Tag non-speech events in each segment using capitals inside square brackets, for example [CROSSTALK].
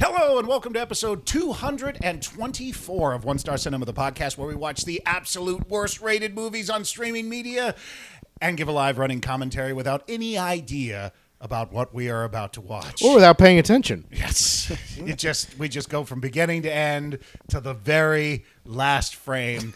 Hello and welcome to episode 224 of One Star Cinema, the podcast where we watch the absolute worst rated movies on streaming media and give a live running commentary without any idea about what we are about to watch. or without paying attention. Yes. [LAUGHS] It just we just go from beginning to end to the very last frame.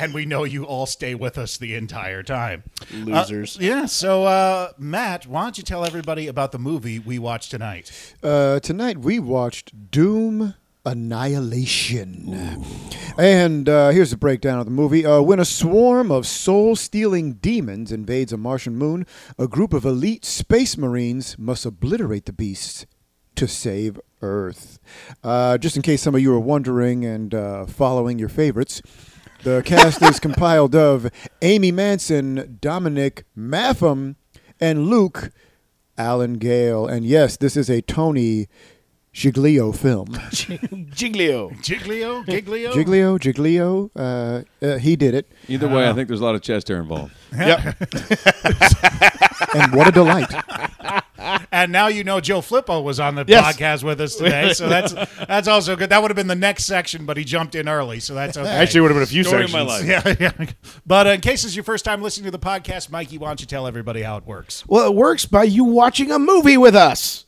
And we know you all stay with us the entire time. Uh, Losers. yeah. So, uh, Matt, why don't you tell everybody about the movie we watched tonight? Uh, tonight we watched Doom Annihilation. And uh, here's a breakdown of the movie. Uh, when a swarm of soul stealing demons invades a Martian moon, a group of elite space marines must obliterate the beasts to save Earth. Uh, just in case some of you are wondering and uh, following your favorites. The cast is compiled of Amy Manson, Dominic Maffam, and Luke Alan Gale. And yes, this is a Tony Giglio [LAUGHS] film. Giglio? Giglio. Giglio? Giglio, Oh. Giglio, uh, uh, he did it. Either way, I think there's a lot of chest hair involved. [LAUGHS] And what a delight. And now you know Joe Flippo was on the Yes. podcast with us today, so [LAUGHS] that's that's also good. That would have been the next section, but he jumped in early, so that's okay. Actually, would have been a few Story of sections. my life. yeah, yeah. But uh, in case it's your first time listening to the podcast, Mikey, why don't you tell everybody how it works? Well, it works by you watching a movie with us.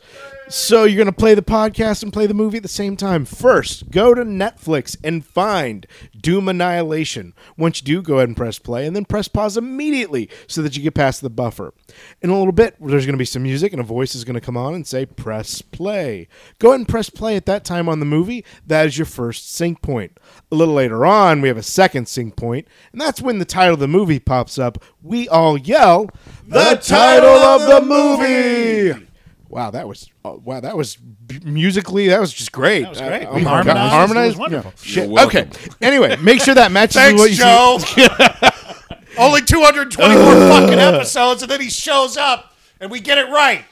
So you're going to play the podcast and play the movie at the same time. First, go to Netflix and find Doom Annihilation. Once you do, go ahead and press play and then press pause immediately so that you get past the buffer. In a little bit, there's going to be some music and a voice is going to come on and say press play. Go ahead and press play at that time on the movie. That is your first sync point. A little later on, we have a second sync point, and that's when the title of the movie pops up. We all yell the title of the movie. Wow, that was uh, wow, that was b- musically that was just great. That was great. Uh, We oh my harmonized. It God. was Harmonized? wonderful. Yeah. Shit. You're welcome. Okay. Anyway, make sure that matches Thanks, what you see- Joe. [LAUGHS] Only 224 fucking episodes, and then he shows up, and we get it [LAUGHS] right.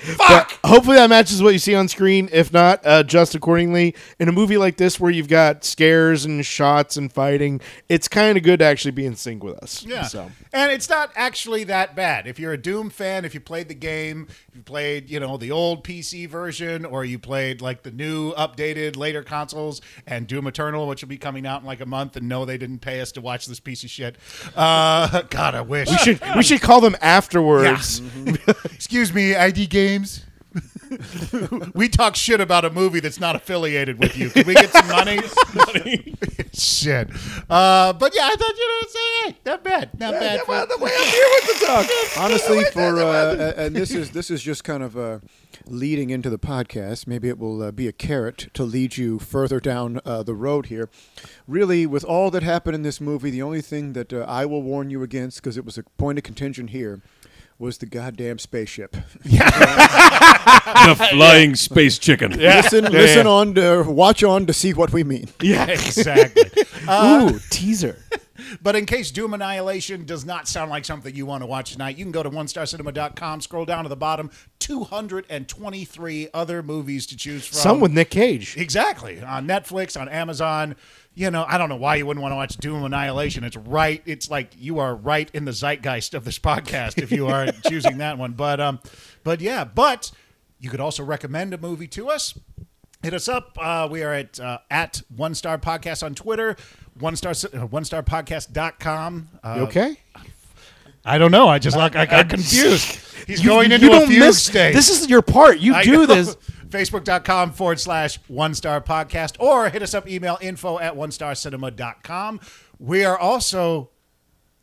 Fuck. Hopefully that matches what you see on screen. If not, adjust accordingly. In a movie like this, where you've got scares and shots and fighting, it's kind of good to actually be in sync with us. Yeah. So And it's not actually that bad. If you're a Doom fan, if you played the game, if you played, you know, the old PC version or you played like the new updated later consoles and Doom Eternal, which will be coming out in like a month, and no, they didn't pay us to watch this piece of shit. Uh, [LAUGHS] God, I wish. we should we should call them afterwards. [LAUGHS] Excuse me, ID Games. [LAUGHS] we talk shit about a movie that's not affiliated with you. Can we get some money? [LAUGHS] [LAUGHS] shit. Uh, but yeah, I thought you know, it's, hey, not bad, not bad. for- [LAUGHS] Honestly, for uh, a- and this is this is just kind of uh, leading into the podcast. Maybe it will uh, be a carrot to lead you further down uh, the road here. Really, with all that happened in this movie, the only thing that uh, I will warn you against, because it was a point of contention here, was the goddamn spaceship. the flying space chicken. listen, listen on, to, watch on to see what we mean. exactly. Uh, Ooh, teaser. But in case Doom Annihilation does not sound like something you want to watch tonight, you can go to onestarcinema.com, scroll down to the bottom, 223 other movies to choose from. Some with Nick Cage. Exactly. On Netflix, on Amazon. You know, I don't know why you wouldn't want to watch Doom Annihilation. It's right. It's like you are right in the zeitgeist of this podcast if you [LAUGHS] are choosing that one. But um, but yeah, but you could also recommend a movie to us. Hit us up. Uh, we are at uh, at One Star Podcast on Twitter, One Star uh, One Star Podcast.com. Uh, You okay. I don't know. I just like I got confused. [LAUGHS] He's going [LAUGHS] You- into you a don't fugue miss- state. This is your part. You I do know. this. [LAUGHS] Facebook.com forward slash one star podcast or hit us up email info at one star cinema.com. We are also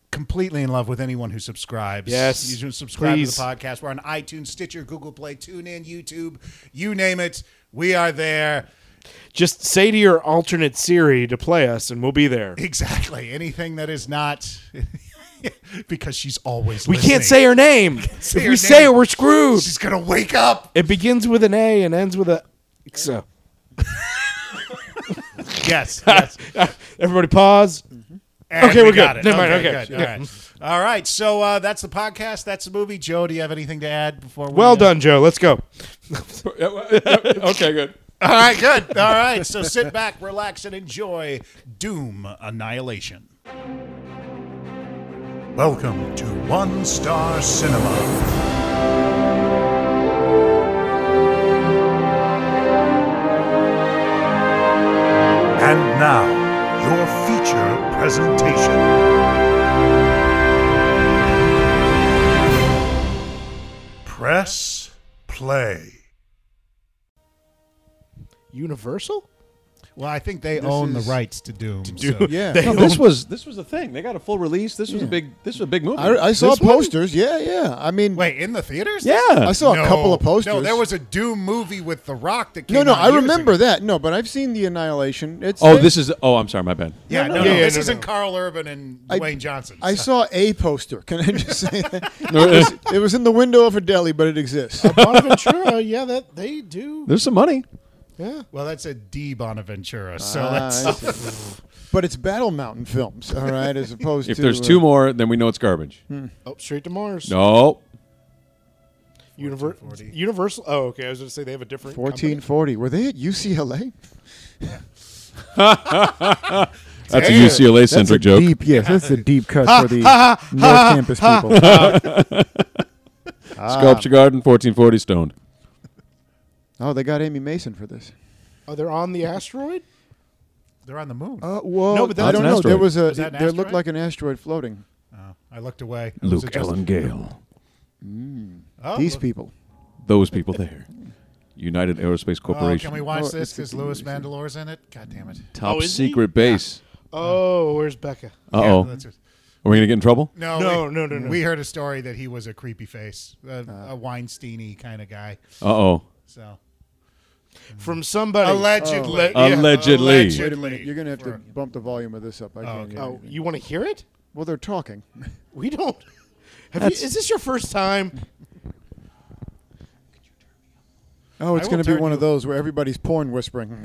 completely in love with anyone who subscribes. Yes. You should subscribe Please. to the podcast. We're on iTunes, Stitcher, Google Play, TuneIn, YouTube, you name it. We are there. [LAUGHS] Just say to your alternate Siri to play us, and we'll be there. Exactly. Anything that is not [LAUGHS] because she's always We listening. can't say her name. if say we her say name. her, we're screwed. she's gonna wake up. It begins with an A and ends with a. So. Yes. [LAUGHS] Yes. Everybody pause. And Okay, we we're good. got It. Never mind, okay. good. All right. All right. So uh, that's the podcast. That's the movie. Joe, do you have anything to add before? We, Well uh, done, Joe. [LAUGHS] Let's go. okay, good. All right. Good. All right. So sit back, relax, and enjoy Doom Annihilation. Welcome to One Star Cinema. And now, your feature presentation. Press play. [LAUGHS] Universal? Well, I think they own is- the rights to Doom. so- [LAUGHS] Yeah. No, this was this was a thing. They got a full release. This was a big this was a big movie. I, I saw This one? posters. Yeah, yeah. I mean, Wait, in the theaters? yeah, I saw No. a couple of posters. No, there was a Doom movie with The Rock that came No, no, out I years remember ago. that. No, but I've seen the Annihilation. It's oh, this is. Oh, I'm sorry, my bad. Yeah, no, no, no, no, this no, isn't no. Carl Urban and Dwayne Johnson. I so- saw a poster. Can I just say [LAUGHS] that? it, was, it was in the window of a deli, but [LAUGHS] it exists. Bonaventura, yeah, that they do. There's some money. yeah, well, that's a D Bonaventura, so Ah, that's I see. but it's Battle Mountain films, all right, as opposed If to there's uh, two more, then we know it's garbage. Oh, straight to Mars. No, Univer- 1440. Universal. Oh, okay. I was going to say they have a different. company. 1440. Were they at UCLA? that's a Damn. UCLA centric joke. Deep, yes, that's a deep cut for the [LAUGHS] North Campus people. Sculpture Garden, 1440 stoned. Oh, they got Amy Mason for this. Oh, they're on the asteroid. they're on the moon. Uh, well, No, but I that's don't an know. There asteroid. was a. that an there looked asteroid? like an asteroid floating. Oh, I looked away. It was Luke just- Ellen Gale. Oh, These look- people. Those people there. United Aerospace Oh, Corporation. can we watch Oh, this? it's a Because Louis Mandalore's in it. God damn it. Top Oh, is he? secret base. Oh, where's Becca? Uh Yeah, oh. that's it. Are we gonna get in [LAUGHS] trouble? No, No, we, no, no, no. We heard a story that he was a creepy face, a, Uh. a Weinsteiny kind of guy. Uh oh. So From somebody. allegedly, Oh. Allegedly. Wait a minute. You're gonna have to For- bump the volume of this up. I can't hear Oh, anything. you want to hear it? Well, they're talking. Oh, We don't. Have you, is this your first time? Oh, it's will going to be turn one of you- those where everybody's porn whispering.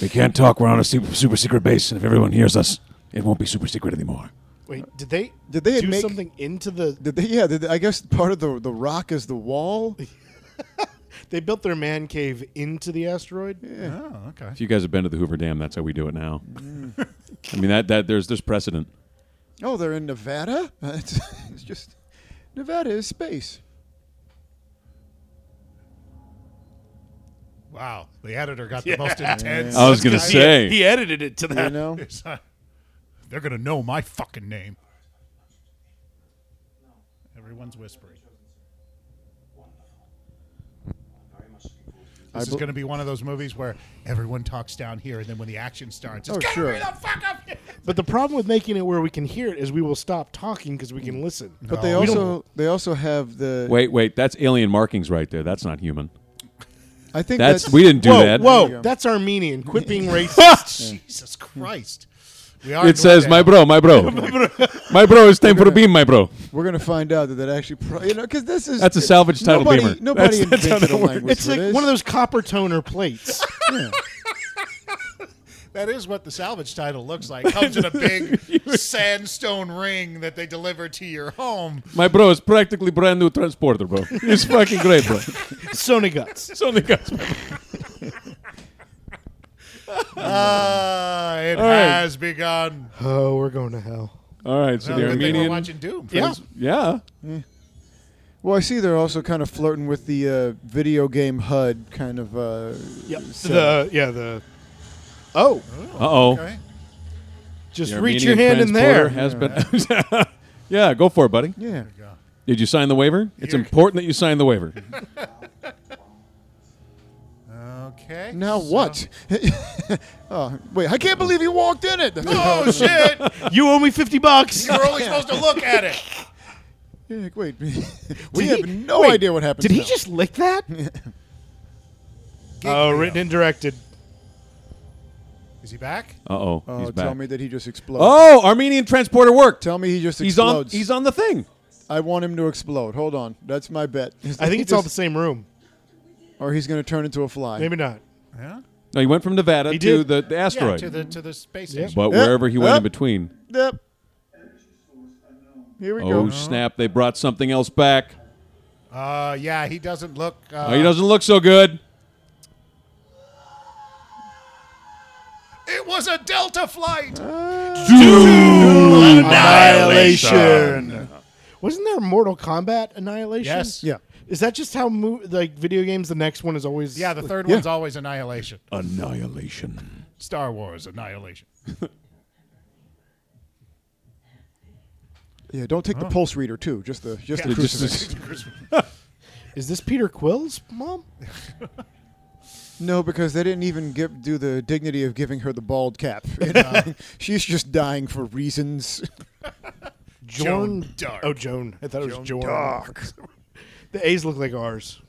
We can't talk. We're on a super, super secret base, and if everyone hears us, it won't be super secret anymore. Wait, did they Did they do make- something into the? Did they, yeah, did, I guess part of the the rock is the wall. They built their man cave into the asteroid. Yeah. Oh, okay. If you guys have been to the Hoover Dam, that's how we do it now. I mean that that there's there's precedent. [LAUGHS] Oh, they're in Nevada. [LAUGHS] It's, it's just Nevada is space. Wow, the editor got the most intense. uh, [LAUGHS] I was gonna say edited it to [LAUGHS] You know, They're gonna know my fucking name. Everyone's whispering. I This is bel- going to be one of those movies where everyone talks down here, and then when the action starts, it's Oh, "Get sure. me the fuck up here!" But the problem with making it where we can hear it is we will stop talking because we can listen. but they No. We also they also have the. Wait, wait, that's alien markings right there. That's not human. I think That's, that's, we didn't do whoa, that. you go. whoa, Oh, that's Armenian. [LAUGHS] Quit being [LAUGHS] racist. Jesus Christ! We are. in It says, Norway. "My bro, my bro, my bro." It's time for a beam, my bro. We're going to find out that that actually, pro- you know, because this is That's a salvage title Nobody, beamer. nobody That's- that's how invented that a language. it's for like this. one of those copper toner [LAUGHS] plates. That is what the salvage title looks like. Comes [LAUGHS] in a big sandstone ring that they deliver to your home. My bro is practically brand new transporter, bro. It's fucking great, bro. Sony guts. It's only got Uh, it right. has begun. Oh, we're going to hell. All right, so Well, the good thing we're Armenian. watching Doom. Yeah. Yeah. Well, I see they're also kind of flirting with the uh, video game HUD kind of. Uh, Yep. So- The yeah the. Oh, Uh oh. Okay. just reach your hand in there. Has been. [LAUGHS] yeah, go for it, buddy. yeah. Did you sign the waiver? It's important that you sign the waiver. Okay. Now what? [LAUGHS] oh, wait, I can't believe you walked [LAUGHS] in it. Ah! Oh shit! You owe me fifty bucks. You were only supposed to look at it. Yeah, like, wait, [LAUGHS] Did we he- have no wait, idea what happened. Did he now. just lick that? [LAUGHS] Oh, written and directed. [LAUGHS] Is he back? Uh [LAUGHS] oh. Oh, he's tell back. me that he just exploded. Oh, Armenian transporter worked. Tell me he just He's on. explodes. He's on the thing. I want him to explode. Hold on, that's my bet. [LAUGHS] I think He it's all the just- same room. Or he's going to turn into a fly. Maybe not. Yeah. No, he went from Nevada He to did. the, the Yeah. asteroid. To the to the space Yeah. station. but Yeah. wherever he went Yeah. in between, Yep. Here we oh go. snap! They brought something else back. Uh, yeah. He doesn't look. Uh, Oh, he doesn't look so good. It was a Delta flight. Uh, Annihilation. Wasn't there Mortal Kombat Annihilation? Yes. Yeah. Is that just how mo- like video games? The next one is always Yeah. The third Yeah. one's always Annihilation. Annihilation. Star Wars Annihilation. Yeah, don't take the pulse reader too. Just the just the Yeah. crucifix. [LAUGHS] Is this Peter Quill's mom? No, because they didn't even give, do the dignity of giving her the bald cap. [LAUGHS] you know? She's just dying for reasons. Joan Jorn- Dark. Oh, Joan. I thought it was Joan Jorn. [LAUGHS] The A's look like R's.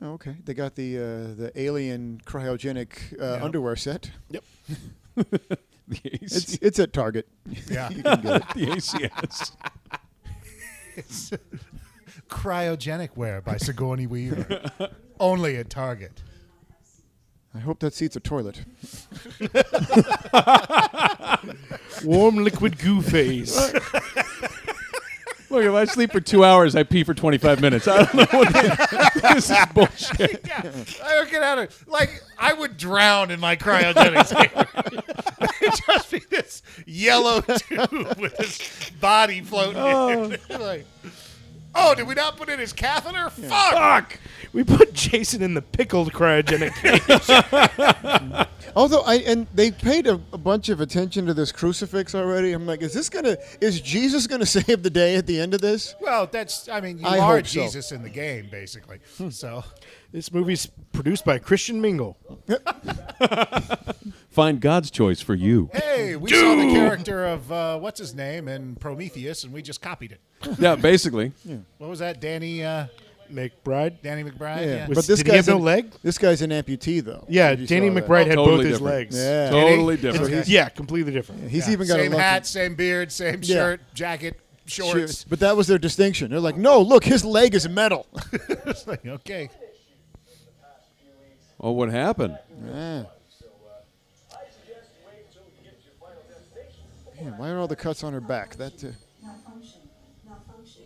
Oh, okay, they got the uh, the alien cryogenic uh, underwear set. Yep. [LAUGHS] The, It's [LAUGHS] AC, it's at Target. Yeah. [LAUGHS] You can get it. the ACS. [LAUGHS] Cryogenic Wear by Sigourney Weaver. Only at Target. [LAUGHS] I hope that seat's a toilet. Warm liquid goo face. [LAUGHS] Look, if I sleep for two hours, I pee for 25 minutes. I don't know what the- [LAUGHS] this is bullshit. Yeah, I don't get out of like I would drown in my [LAUGHS] cryogenic chamber. It'd just be this yellow tube with this body floating. in. [LAUGHS] like, oh, did we not put in his catheter? Fuck! Fuck! [LAUGHS] We put Jason in the pickled cryogenic [LAUGHS] cage. Although I and they paid a, a bunch of attention to this crucifix already. I'm like, is this gonna is Jesus gonna [LAUGHS] save the day at the end of this? Well, that's I mean you I are hope so. Hmm. Jesus in the game basically. So this movie's produced by Christian Mingle. Find God's choice for you. hey, we saw the character of uh, what's his name in Prometheus, and we just copied it. Yeah, basically. What was that, Danny? Uh, McBride. Danny McBride. Yeah, Was- did he have no an- leg? This guy's an amputee though. Yeah, If you Danny saw that. McBride had Totally both his different. legs. Yeah. Totally Danny? different. Okay. Yeah, completely different. [LAUGHS] He's even got same a lucky- hat, same beard, same Yeah. shirt, jacket, shorts. But that was their distinction. They're like, no, look, his leg is metal. [LAUGHS] [LAUGHS] It's like, okay. Oh, what happened? Yeah. Man, why are all the cuts on her back? That uh, Malfunction. Malfunction.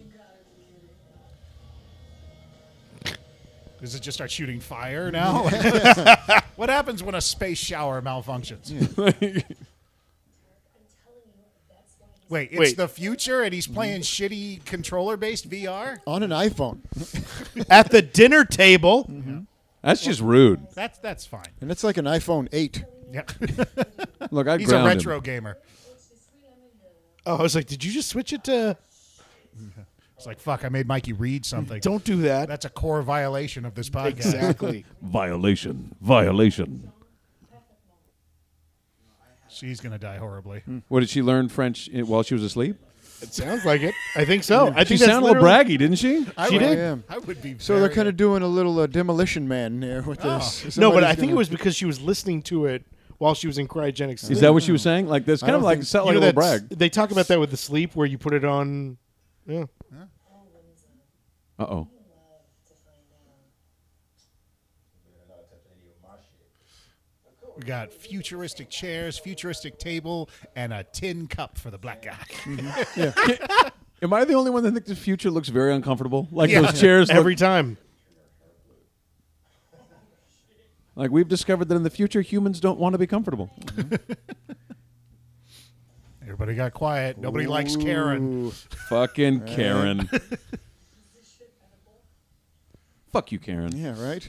Does it just start shooting fire now? [LAUGHS] [LAUGHS] what happens when a space shower malfunctions? Wait, it's Wait. the future and Mm-hmm. he's playing shitty controller based VR? on an iPhone, At the dinner table. Mm-hmm. That's just rude. That's that's fine. and it's like an iPhone eight. Yeah. [LAUGHS] Look, I he's a ground retro him. gamer. Oh, I was like, did you just switch it [LAUGHS] to? It's like fuck, I made Mikey read something. Don't do that. that's a core violation of this podcast. exactly. Violation. Violation. [LAUGHS] She's gonna die horribly. Hmm. What did she learn French i- while she was asleep? it sounds like it. I think so. I She think that's sounded a little literally- braggy, didn't she? I She would, did. Yeah. I would be So they're kind of doing a little uh, demolition man there with this. Oh. No, but Somebody's I think it gonna- was because she was listening to it while she was in cryogenic sleep. Is that what she was saying? Like that's kind of don't like think- sound like a You know, little that's- brag. They talk about that with the sleep, where you put it on. Yeah. Uh oh. we got futuristic chairs, futuristic table, and a tin cup for the black guy. Am I the only one that thinks the future looks very uncomfortable? Like Yeah. those chairs. Look, Every time. like we've discovered that in the future humans don't want to be comfortable. Everybody got quiet. Nobody likes Karen. Fucking Karen. [LAUGHS] Fuck you, Karen. Yeah, right.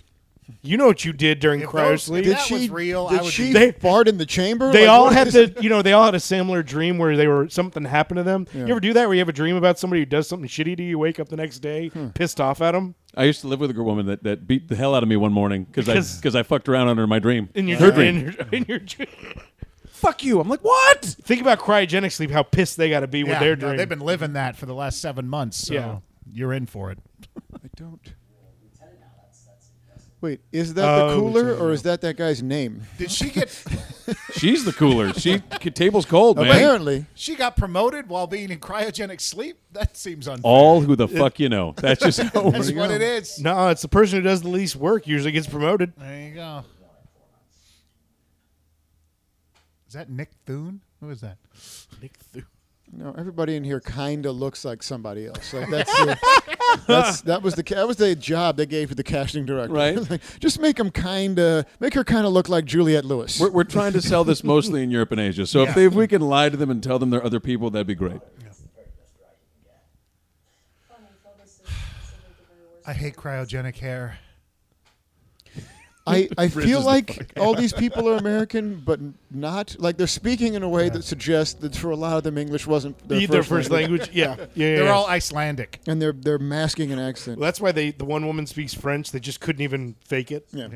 You know what you did during If cryo those- sleep? If Did that she? was real, did I would she be- They- fart in the chamber? they Like, all what had is- to, you know, they all had a similar dream where they were something happened to them. You ever do that where you have a dream about somebody who does something shitty to you, wake up the next day pissed off at them? I used to live with a woman that, that beat the hell out of me one morning because I Because- because I fucked around on her in my dream. In your her dream. dream. In your, in your dream. Fuck you. I'm like, what? Think about cryogenic sleep, how pissed they got to be with Yeah, their no, dream. they've been living that for the last seven months, so Yeah. you're in for it. I don't. Wait, is that the Oh, cooler or is that that guy's name? Did she get? [LAUGHS] She's the cooler. She [LAUGHS] table's cold, man. Apparently, she got promoted while being in cryogenic sleep. That seems unfair. Oh, All who the fuck you know. That's just [LAUGHS] how it That's works. what it is. no, it's the person who does the least work usually gets promoted. There you go. Is that Nick Thune? Who is that? No, everybody in here kind of looks like somebody else. Like that's, the, that's that was the ca- that was the job they gave to the casting director. [LAUGHS] Right. Like, just make them kind of make her kind of look like Juliette Lewis. We're, we're trying to sell this mostly in Europe and Asia. So if, they, if we can lie to them and tell them they're other people, that'd [LAUGHS] be great. I hate cryogenic hair. I, I feel is the like all these people are American, but not like they're speaking in a way that suggests that for a lot of them English wasn't their Either first, language. Yeah, yeah. yeah, They're yeah. all Icelandic. and they're they're masking an accent. Well, that's why they the one woman speaks French. They just couldn't even fake it. Yeah.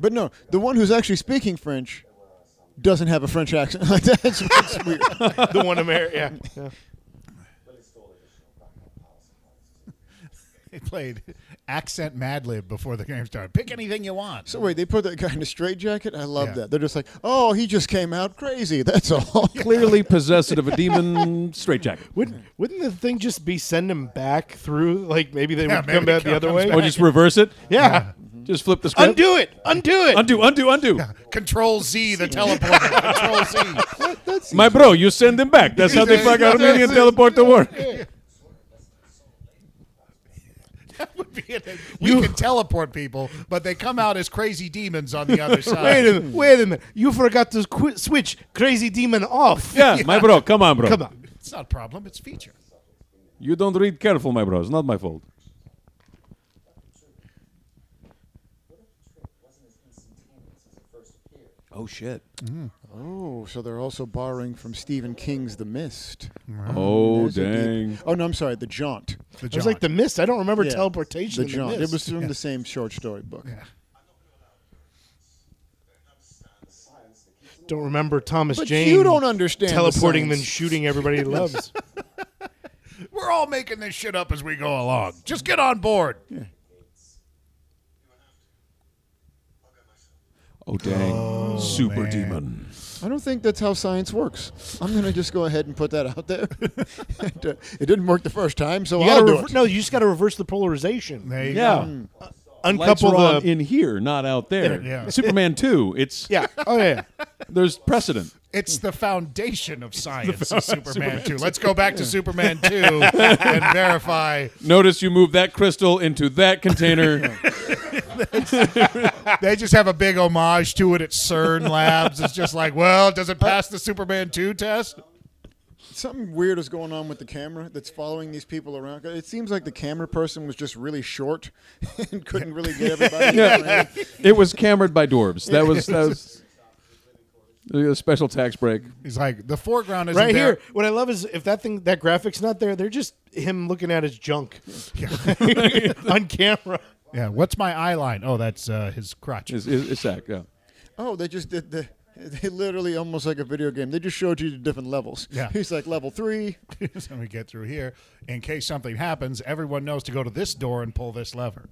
But no, the one who's actually speaking French doesn't have a French accent [LAUGHS] like that. It's, it's weird. the one Amer. Yeah. yeah. [LAUGHS] They played accent Mad Lib before the game started. Pick anything you want. So wait, they put that guy in a straitjacket. I love Yeah. that. They're just like, oh, he just came out crazy. [LAUGHS] [LAUGHS] That's all. Clearly possessed of a demon straitjacket. Wouldn't wouldn't the thing just be send them back through? Like maybe they Yeah, would maybe come back it the other comes way. Or just reverse it. yeah. Just flip the script. Undo it. Undo it. Undo, undo, undo. Control Z, the [LAUGHS] teleporter. Control Z. My bro, you send them back. That's how they fuck Armenian teleport to work. would be it. We can teleport people, but they come out as crazy demons on the [LAUGHS] other side. Wait a Hmm. minute. Wait a minute. You forgot to qu- switch crazy demon off. Yeah, my bro, come on, bro. Come on. It's not a problem. It's feature. You don't read careful, my bro. It's not my fault. Ah, Oh shit. oh, so they're also borrowing from Stephen King's The Mist. Oh There's a deep- dang. Oh no, I'm sorry, The Jaunt. The It was like the mist. I don't remember Yeah. teleportation. The in Jaunt. It mist. was from the same short story book. don't remember Thomas But Jane. you don't understand the teleporting science. then shooting [LAUGHS] everybody he loves. We're all making this shit up as we go along. Just get on board. Oh dang. Super demon. I don't think that's how science works. I'm gonna just go ahead and put that out there. [LAUGHS] it uh, it didn't work the first time, so You I'll gotta do rever- it. no, you just got to reverse the [LAUGHS] polarization. There you Yeah. go. Lights Uncouple are on the in here, not out there. Yeah. Superman 2, it's yeah. Oh yeah. there's precedent. It's the foundation of science, is Superman 2. Let's go back to Superman 2 and verify. Notice you move that crystal into that container. They just have a big homage to it at CERN Labs. It's just like, well, does it pass the Superman 2 test? Something weird is going on with the camera that's following these people around. It seems like the camera person was just really short [LAUGHS] and couldn't really get everybody. Yeah. [LAUGHS] it was cambered by dwarves. That was that was a special tax break. He's like, the foreground is Right there. here. What I love is if that thing that graphic's not there, they're just him looking at his [LAUGHS] junk [LAUGHS] on camera. Yeah, what's my eye line? Oh, that's uh, his crotch. It's, it's, it's that, yeah. Oh, they just did the. They literally almost like a video game. They just showed you the different levels. Yeah. He's like level three. [LAUGHS] so we get through here. In case something happens, everyone knows to go to this door and pull this lever.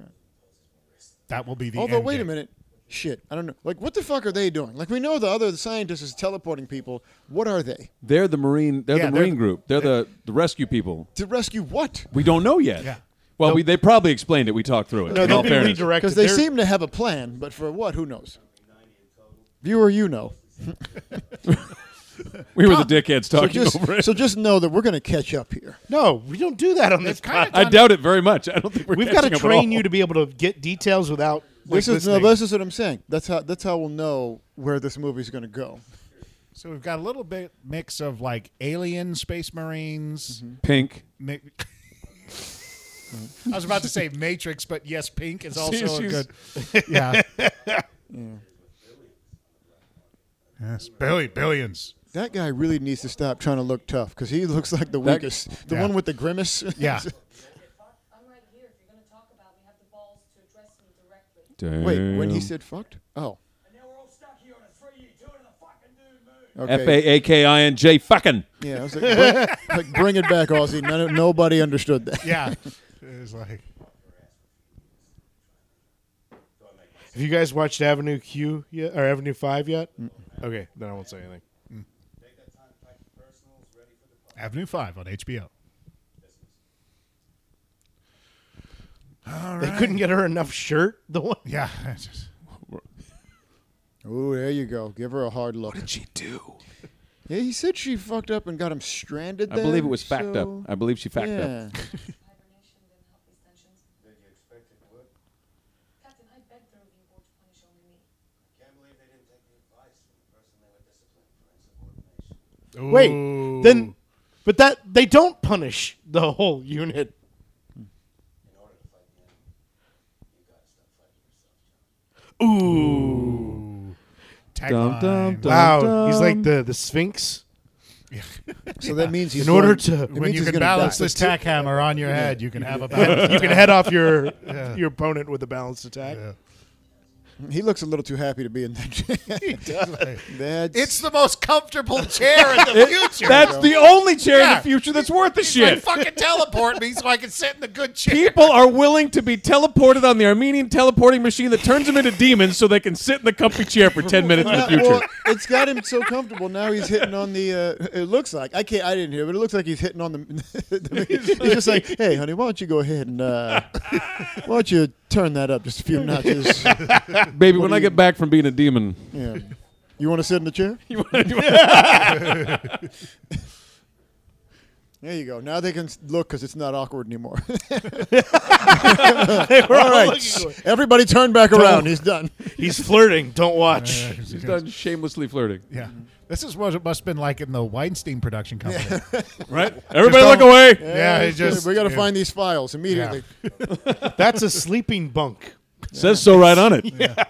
That will be the. Although, end wait a game. minute. Shit. I don't know. Like, what the fuck are they doing? Like, we know the other scientist is teleporting people. What are they? They're the marine. They're Yeah, the they're marine the- group. They're the, the rescue people. To rescue what? We don't know yet. Yeah. Well, we, they probably explained it. We talked through it. No, in they'll all be fairness. redirected. Because they They're- seem to have a plan, but for what? Who knows? Viewer, you know. We were the dickheads So talking over just, it. so just know that we're going to catch up here. no, we don't do that on this. It's kind [LAUGHS] I of. doubt it very much. I don't think we're We've got to catching up at train all. you to be able to get details without. Like, This is no, listening. this is what I'm saying. That's how that's how we'll know where this movie's going to go. So we've got a little bit mix of like alien space marines. Mm-hmm. Pink. [LAUGHS] ma- Mm-hmm. I was about to say Matrix, but yes, Pink [LAUGHS] is also a she's- good. Yeah. Yes, billi- billions. That guy really needs to stop trying to look tough because he looks like the That- weakest, the Yeah. one with the grimace. [LAUGHS] Yeah. Fuck, I'm right here. If you're gonna talk about me, have the balls to address me directly. Wait, when he Damn. said "fucked," oh, And now we're all stuck here on a three-year tour to the fucking new moon. okay, F A A K I N J fucking. yeah, I was like, bring, like, bring it back, Aussie. None, nobody understood that. Yeah. It was like. Have you guys watched Avenue Q yet, or Avenue Five yet? Okay, then I won't say anything. Avenue 5 on HBO. they couldn't get her enough shirt. [LAUGHS] The one. Yeah. [LAUGHS] it's just- Oh, there you go. Give her a hard look. What did she do? Yeah, he said she fucked up and got him stranded. I believe it there, was fact so- up. I believe she fact yeah. up. Hibernation didn't help these tensions. Did you expect it would? Captain, I begged the review board to punish only me. Wait, Ooh. then, but that they don't punish the whole unit. Tagline. Wow, he's like the the Sphinx. So that means he's In order going- to- it When When means you he's can gonna balance die. this tack hammer on your head, you can have [LAUGHS] a bat. you can head off your your opponent with a balanced attack. He looks a little too happy to be [LAUGHS] in that. he does. That's, It's the most comfortable chair in the future. That's the only chair in Yeah. the future that's worth the He's like, shit. [LAUGHS] fucking teleport me so I can sit in the good chair. [LAUGHS] People are willing to be teleported on the Armenian teleporting machine that turns them into demons so they can sit in the comfy chair for 10 minutes in the [LAUGHS] future. Well, it's got him so comfortable now. He's hitting on the. Uh, it looks like I can't. I didn't hear, but it looks like he's hitting on the. [LAUGHS] the he's just like, hey, honey, why don't you go ahead and uh, why don't you turn that up just a few notches? Baby, when I get back from being a demon, Yeah. You want to sit in the chair? [LAUGHS] you wanna do- [LAUGHS] There you go. Now they can s- look because it's not awkward anymore. [LAUGHS] We're All right, everybody, turn back around. He's done. He's flirting. Don't watch. she's [LAUGHS] done shamelessly flirting. [LAUGHS] Yeah. This is what it must have been like in the Weinstein production company. [LAUGHS] Right? Everybody look don't- away. Yeah, it it's good. just- we got to yeah. find these files immediately. That's a sleeping bunk. Says so right on it. [LAUGHS]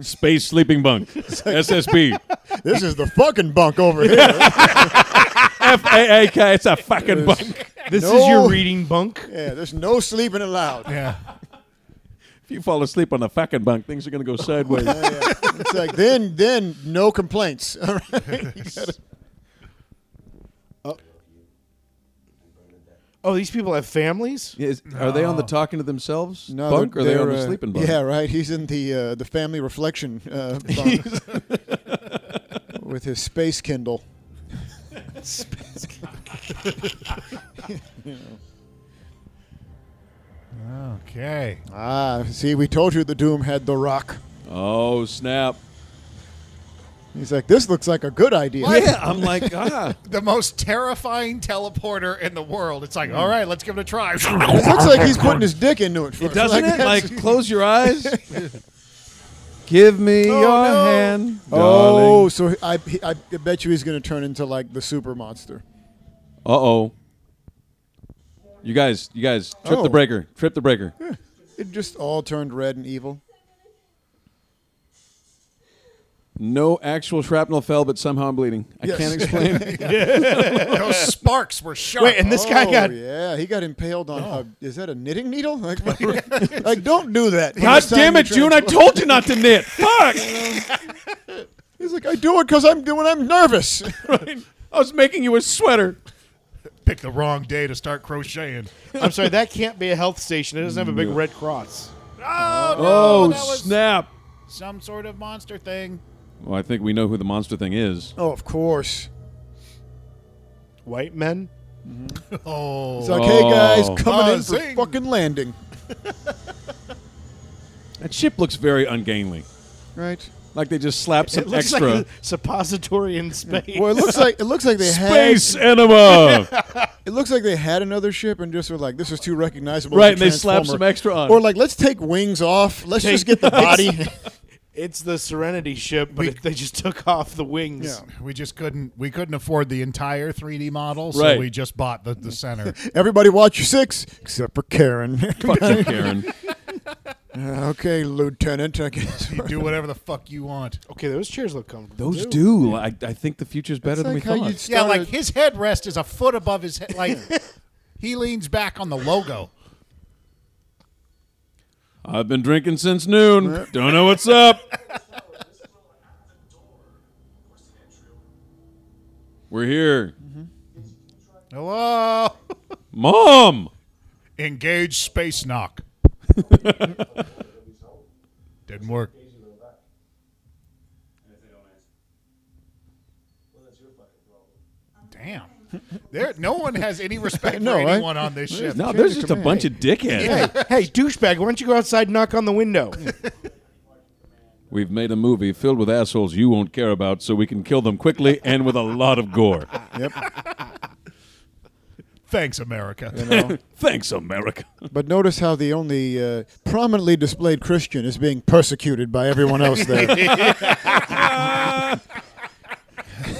Space sleeping bunk. SSB. This is the fucking bunk over here. F-A-A-K. It's a fucking bunk. This is No. your reading bunk. yeah, there's no sleeping allowed. [LAUGHS] Yeah. If you fall asleep on the fucking bunk, things are going to go sideways. [LAUGHS] It's like then, then no complaints. [LAUGHS] All right. Oh, these people have families. Is- Are they on the talking to themselves No, bunk or they're- are they on they're, the uh, sleeping bunk? Yeah, right. He's in the uh, the family reflection [LAUGHS] uh, bunk with his space Kindle. Okay. Ah, see, we told you the Doom had the rock. Oh, snap. He's like, this looks like a good idea. Yeah, I'm like, ah. The most terrifying teleporter in the world. It's like, all right, let's give it a try. [LAUGHS] It looks like he's putting his dick into it. First. Doesn't Like, it? that's- [LAUGHS] Like, close your eyes. Oh, Give me your no. hand. oh, so he- I he, I bet you he's going to turn into like the super monster. Uh oh. You guys, you guys, trip Oh. the breaker. Trip the breaker. It just all turned red and evil. No actual shrapnel fell, but somehow I'm bleeding. I Yes. can't explain. Those sparks were sharp. Wait, and this guy oh, got. yeah, he got impaled on. Oh. A, is that a knitting needle? [LAUGHS] Like, [LAUGHS] [LAUGHS] like, don't do that. God damn it, June! I told. told you not to knit. Fuck! He's like, I do it because I'm doing. I'm [LAUGHS] nervous. I was making you a sweater. picked the wrong day to start crocheting. I'm sorry, that can't be a health station. It doesn't have a big red cross. Oh, no. Oh, that was snap! some sort of monster thing. Well, I think we know who the monster thing is. oh, of course. White men. Oh. It's like, hey guys, Oh. coming in for Buzzing. fucking landing, That ship looks very ungainly. right? Like they just slapped It some looks extra like a suppository in space. Well, it looks like it looks like they space had enema. it looks like they had another ship and just were like, this is too recognizable. Right, as a and they slapped Transformer. some extra on. Or like, let's take wings off. Let's Take- just [LAUGHS] get the body. [LAUGHS] it's the Serenity ship, but We- it- they just took off the wings. Yeah. We just couldn't we couldn't afford the entire 3D model, so Right. we just bought the, the center. Everybody watch your six, except for Karen. [LAUGHS] Fuck you, Karen. okay, Lieutenant. I guess. you do whatever the fuck you want. Okay, those chairs look comfortable. [LAUGHS] Those do. I, I think the future's better It's like than we how thought. you'd Yeah, start like a- his headrest is a foot above his head. Like he leans back on the logo. I've been drinking since noon. Don't know what's up. We're here. Hello. Mom! Engage space knock. Didn't work. Damn. There, no one has any respect know, for right? anyone on this ship. No, chain there's of just a command. bunch of dickheads. Hey, hey, douchebag, why don't you go outside and knock on the window? [LAUGHS] We've made a movie filled with assholes you won't care about so we can kill them quickly and with a lot of gore. Thanks, America. Thanks, America. But notice how the only uh, prominently displayed Christian is being persecuted by everyone else [LAUGHS] there.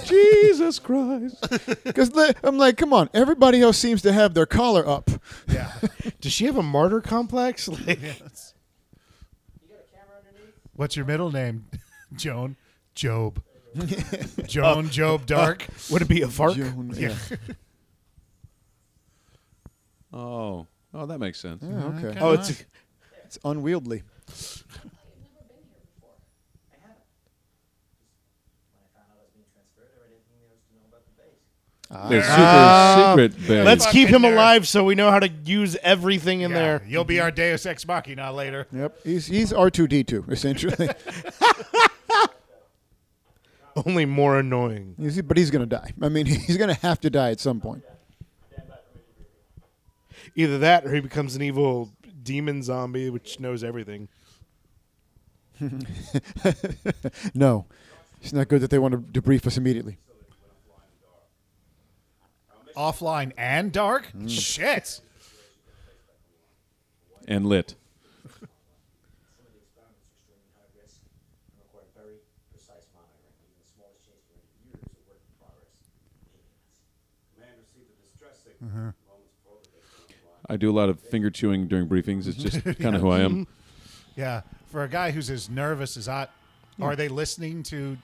Jesus Christ. Because I'm like, come on, everybody else seems to have their collar up. [LAUGHS] yeah. Does she have a martyr complex? [LAUGHS] You Like, got a camera underneath? What's your middle name? [LAUGHS] Joan. [LAUGHS] Job. Joan Job Dark. Uh, Would it be a fart? Joan, yeah. Oh, oh, that makes sense. Yeah, okay. Oh, it's It's unwieldy. I've never been here before. I haven't. When I found out I was being transferred, I read everything there was to know about the base. The super secret [LAUGHS] base. let's keep him Fucking nerd. alive so we know how to use everything in Yeah, there. You'll be our Deus Ex Machina later. Yep. He's he's R two D two essentially. [LAUGHS] Only more annoying. He's- but he's gonna die. I mean, [LAUGHS] he's gonna have to die at some point. [LAUGHS] Either that, or he becomes an evil demon zombie which knows everything. No, it's not good that they want to debrief us immediately. Offline and dark? Mm. Shit. and lit. Some of the experiments are extremely high risk and require very precise monitoring. Even the smallest change for years of work in progress. Command received a distress signal. Moments before the I do a lot of finger chewing during briefings. It's just kind of who I am. Yeah. For a guy who's as nervous as I. Are they listening to.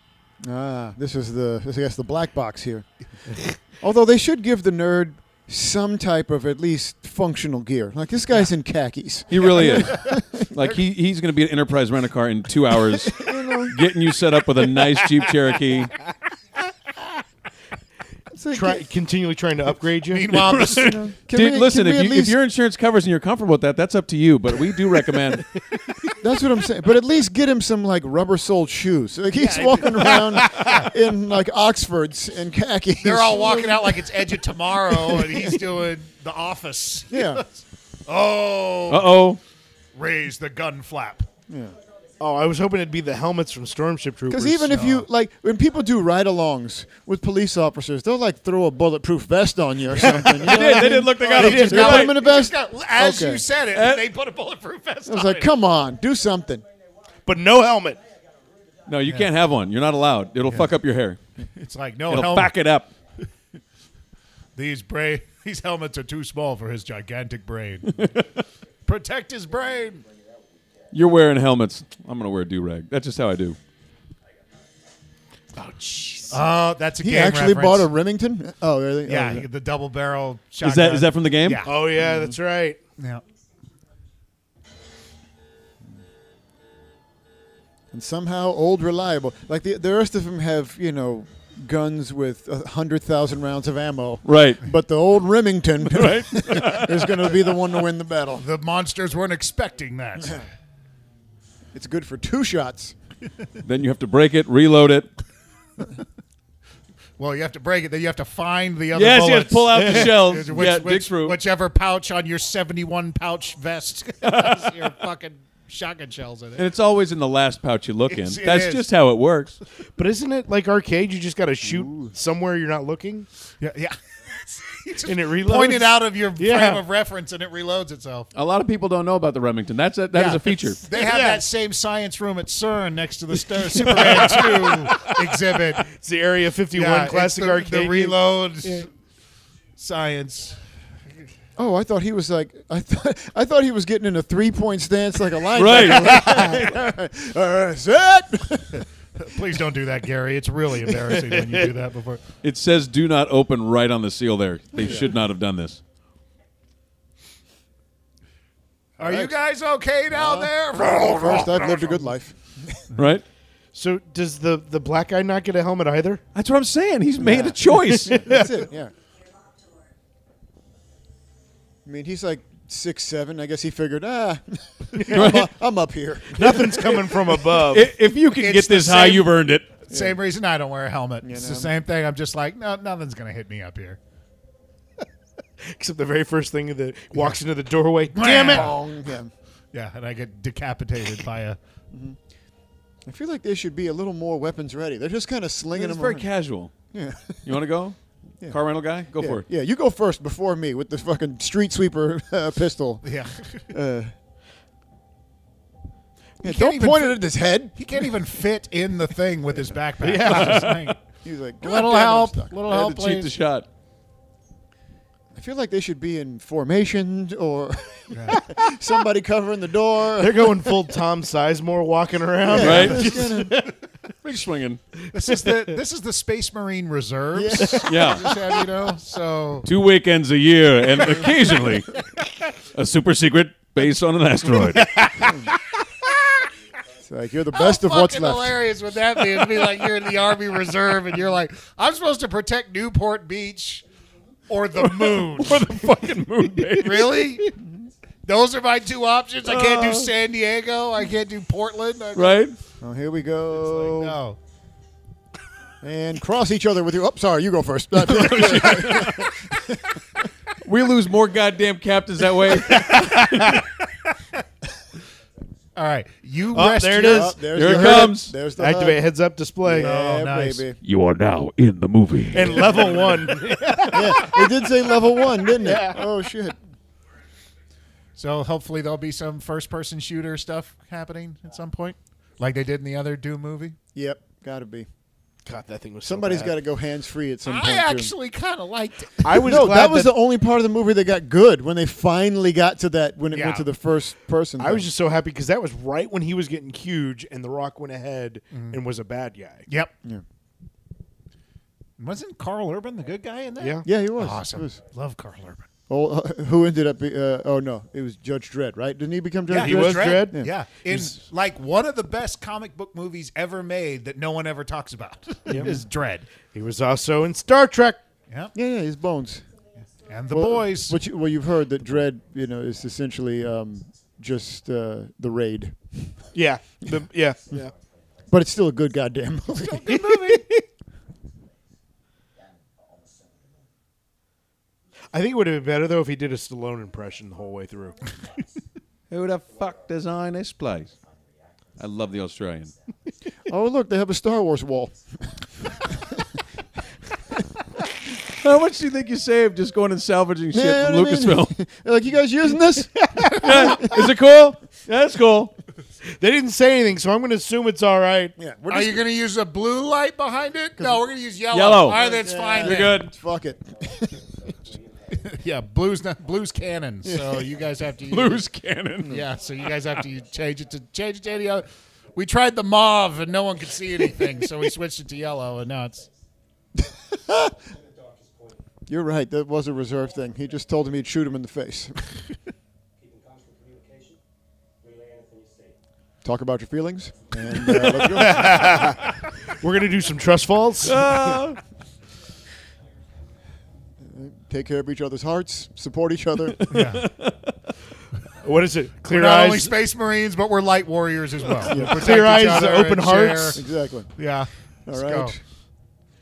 Ah, this is the this, I guess the black box here. [LAUGHS] Although they should give the nerd some type of at least functional gear. Like this guy's in khakis. He really is. Like he, he's going to be an Enterprise rent a car in two hours, getting you set up with a nice Jeep Cherokee. [LAUGHS] Try, continually trying to upgrade you. [LAUGHS] Meanwhile, the, Can we- Dude, can listen, we if, at you, if least- your insurance covers and you're comfortable with that, that's up to you. But we do recommend. [LAUGHS] that's what I'm saying. But at least get him some like rubber-soled shoes. Like he's [LAUGHS] walking around in like Oxfords and khakis. [LAUGHS] they're all walking out [LAUGHS] like it's Edge of Tomorrow and he's doing The Office. Yeah. Oh, uh oh. raise the gun flap. Oh, I was hoping it'd be the helmets from Stormship Troopers. Because even if you like, when people do ride-alongs with police officers, they'll like throw a bulletproof vest on you or something. [LAUGHS] You know what I They mean? did look. They got They him. just You're put right. him in a vest. I As Okay. you said it, Eh. they put a bulletproof vest was on like, it. "Come on, do something." but no helmet. No, you can't have one. You're not allowed. It'll fuck up your hair. It's like, no, It'll helmet. back it up. These bra- [LAUGHS] these helmets are too small for his gigantic [LAUGHS] brain. Protect his brain. You're wearing helmets. I'm going to wear a do rag. That's just how I do. Oh, that's a He game actually reference. bought a Remington. Oh, really? Oh, yeah, the double barrel shotgun. Is that is that from the game? Yeah. Oh yeah, that's right. yeah. And somehow old reliable. Like the the rest of them have you know guns with a hundred thousand rounds of ammo. Right. But the old [LAUGHS] Remington [LAUGHS] is going to be the one to win the battle. The monsters weren't expecting [LAUGHS] that. It's good for two shots. Then you have to break it, reload it. well, you have to break it. Then you have to find the other. Yes, yes. bullets. Pull out the shells. Which- yeah, dig which- through. whichever pouch on your seventy-one pouch vest [LAUGHS] has [LAUGHS] your fucking shotgun shells in and it. it's always in the last pouch you look in. It's- it That's is. just how it works. But isn't it like arcade? You just got to shoot somewhere you're not looking. Yeah, yeah. [LAUGHS] You just And it reloads? Point it out of your Yeah. frame of reference, and it reloads itself. A lot of people don't know about the Remington. That's a, that is Yeah. a feature. They have that same science room at CERN next to the Star Superman 2 exhibit. It's the Area 51 Yeah, it's classic the, arcade. The game. reload science. Oh, I thought he was like I thought [LAUGHS] I thought he was getting in a three point stance like a linebacker. [LAUGHS] Right. [LAUGHS] All right, set. Please don't do that, Gary. It's really embarrassing when you do that before. it says do not open right on the seal there. They should not have done this. Are you guys okay down there? [LAUGHS] First, I've lived a good life. Right? So does the the black guy not get a helmet either? [LAUGHS] That's what I'm saying. He's made [LAUGHS] a choice. That's it. Yeah. I mean, he's like six seven. I guess he figured, ah, [LAUGHS] I'm, I'm up here. Nothing's coming [LAUGHS] from above. if if you can It's get the this high, same- you've earned it. Same reason I don't wear a helmet. It's the know. same thing. I'm just like, no, nothing's going to hit me up here. Except the very first thing that walks into the doorway. Damn it. Bong. Yeah. Yeah, and I get decapitated by a. [LAUGHS] I feel like they should be a little more weapons ready. They're just kind of slinging It's them. very around. casual. yeah. You want to go? Car rental guy? Go for yeah. it. Yeah, you go first before me with the fucking street sweeper [LAUGHS] uh, pistol. Uh, Yeah. Yeah, can't don't even point fi- it at his head. He can't even fit in the thing with his backpack. That's the thing. He's like, Little "God damn it, I'm help. stuck." Little I had help, to cheat the please. shot. I feel like they should be in formation or [LAUGHS] somebody covering the door. They're going full Tom Sizemore walking around. Right? [LAUGHS] Big swinging. This is the this is the Space Marine reserves. Yeah. Just have you know. So Two weekends a year [LAUGHS] and occasionally a super secret based on an [LAUGHS] asteroid. It's like you're the best of what's fucking left. hilarious would that be? It'd be like you're in the Army Reserve and you're like, I'm supposed to protect Newport Beach or the moon. For the fucking moon base. really? Those are my two options. I can't do San Diego. I can't do Portland. I- Right? Oh, here we go. No. And cross each other with your. Oh, sorry, you go [LAUGHS] first. [LAUGHS] That's- We lose more goddamn captains that way. All right. You Oh, rest there it your- is. Oh, there's Here the it hug. comes. There's the Activate hug. heads up display. Oh, Yeah, nice. baby. you are now in the movie. And level one. [LAUGHS] It did say level one, didn't it? Oh shit. [LAUGHS] So hopefully there'll be some first person shooter stuff happening at some point, like they did in the other Doom movie. Yep, gotta be. God, that thing was Somebody's so got to go hands free at some I point. actually kind of liked it. got. I was no, glad that was the only part of the movie that got good when they finally got to that when it Yeah. went to the first person. I was thing. just so happy because that was right when he was getting huge, and The Rock went ahead and was a bad guy. Yep. Yeah. Wasn't Carl Urban the good guy in that? Yeah. yeah, he was Awesome. He was. Love Carl Urban. Oh, who ended up? Be, uh, oh no, it was Judge Dredd, right? Didn't he become Judge? Dredd? he was Dredd. Yeah. In like one of the best comic book movies ever made that no one ever talks about [LAUGHS] is Dread. He was also in Star Trek. Yeah. Yeah, yeah, his bones. And the boys. Which, well, you've heard that Dredd, you know, is essentially um, just uh, the raid, Yeah, the, yeah, yeah. but it's still a good goddamn [LAUGHS] movie. I think it would have been better though if he did a Stallone impression the whole way through. [LAUGHS] Who the fuck designed this place? I love the Australian. oh, look, they have a Star Wars wall. How much do you think you saved just going and salvaging shit Yeah, from I mean- Lucasfilm? [LAUGHS] They're like, you guys using this? Yeah, [LAUGHS] Is it cool? Yeah, it's cool. they didn't say anything, so I'm going to assume it's all right. yeah, we're Are just you going to use a blue light behind it? No, we're going to use yellow. Yellow. All right, that's fine. You're then. [LAUGHS] good. fuck it. [LAUGHS] Yeah, blue's not blue's canon, so you guys have [LAUGHS] to use Blues cannon. Yeah, so you guys have to change it to change it to any other. We tried the mauve and no one could see anything, so we switched it to yellow, and now it's You're right. That was a reserve thing. He just told him he'd shoot him in the face. Keep in constant communication. Relay anything you see. Talk about your feelings. And uh, let's go. [LAUGHS] We're going to do some trust [LAUGHS] falls. Take care of each other's hearts. Support each other. what is it? we're Clear not only eyes, space marines, but we're light warriors as well. We protect clear each eyes, other open and hearts. share. exactly. Yeah. All Let's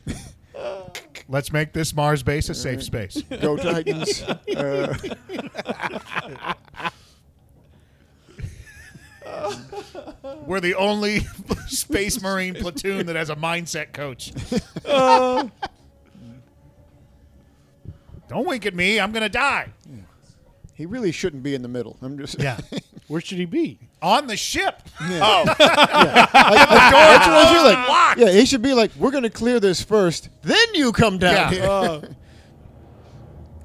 right. go. Let's make this Mars base a safe space. Go Titans. Uh, We're the only [LAUGHS] space marine platoon that has a mindset coach. Don't wink at me. I'm going to die. he really shouldn't be in the middle. I'm just. [LAUGHS] Where should he be? On the ship. [LAUGHS] That's what I feel like. Locked. Yeah, he should be like, we're going to clear this first, then you come down Yeah. here. [LAUGHS]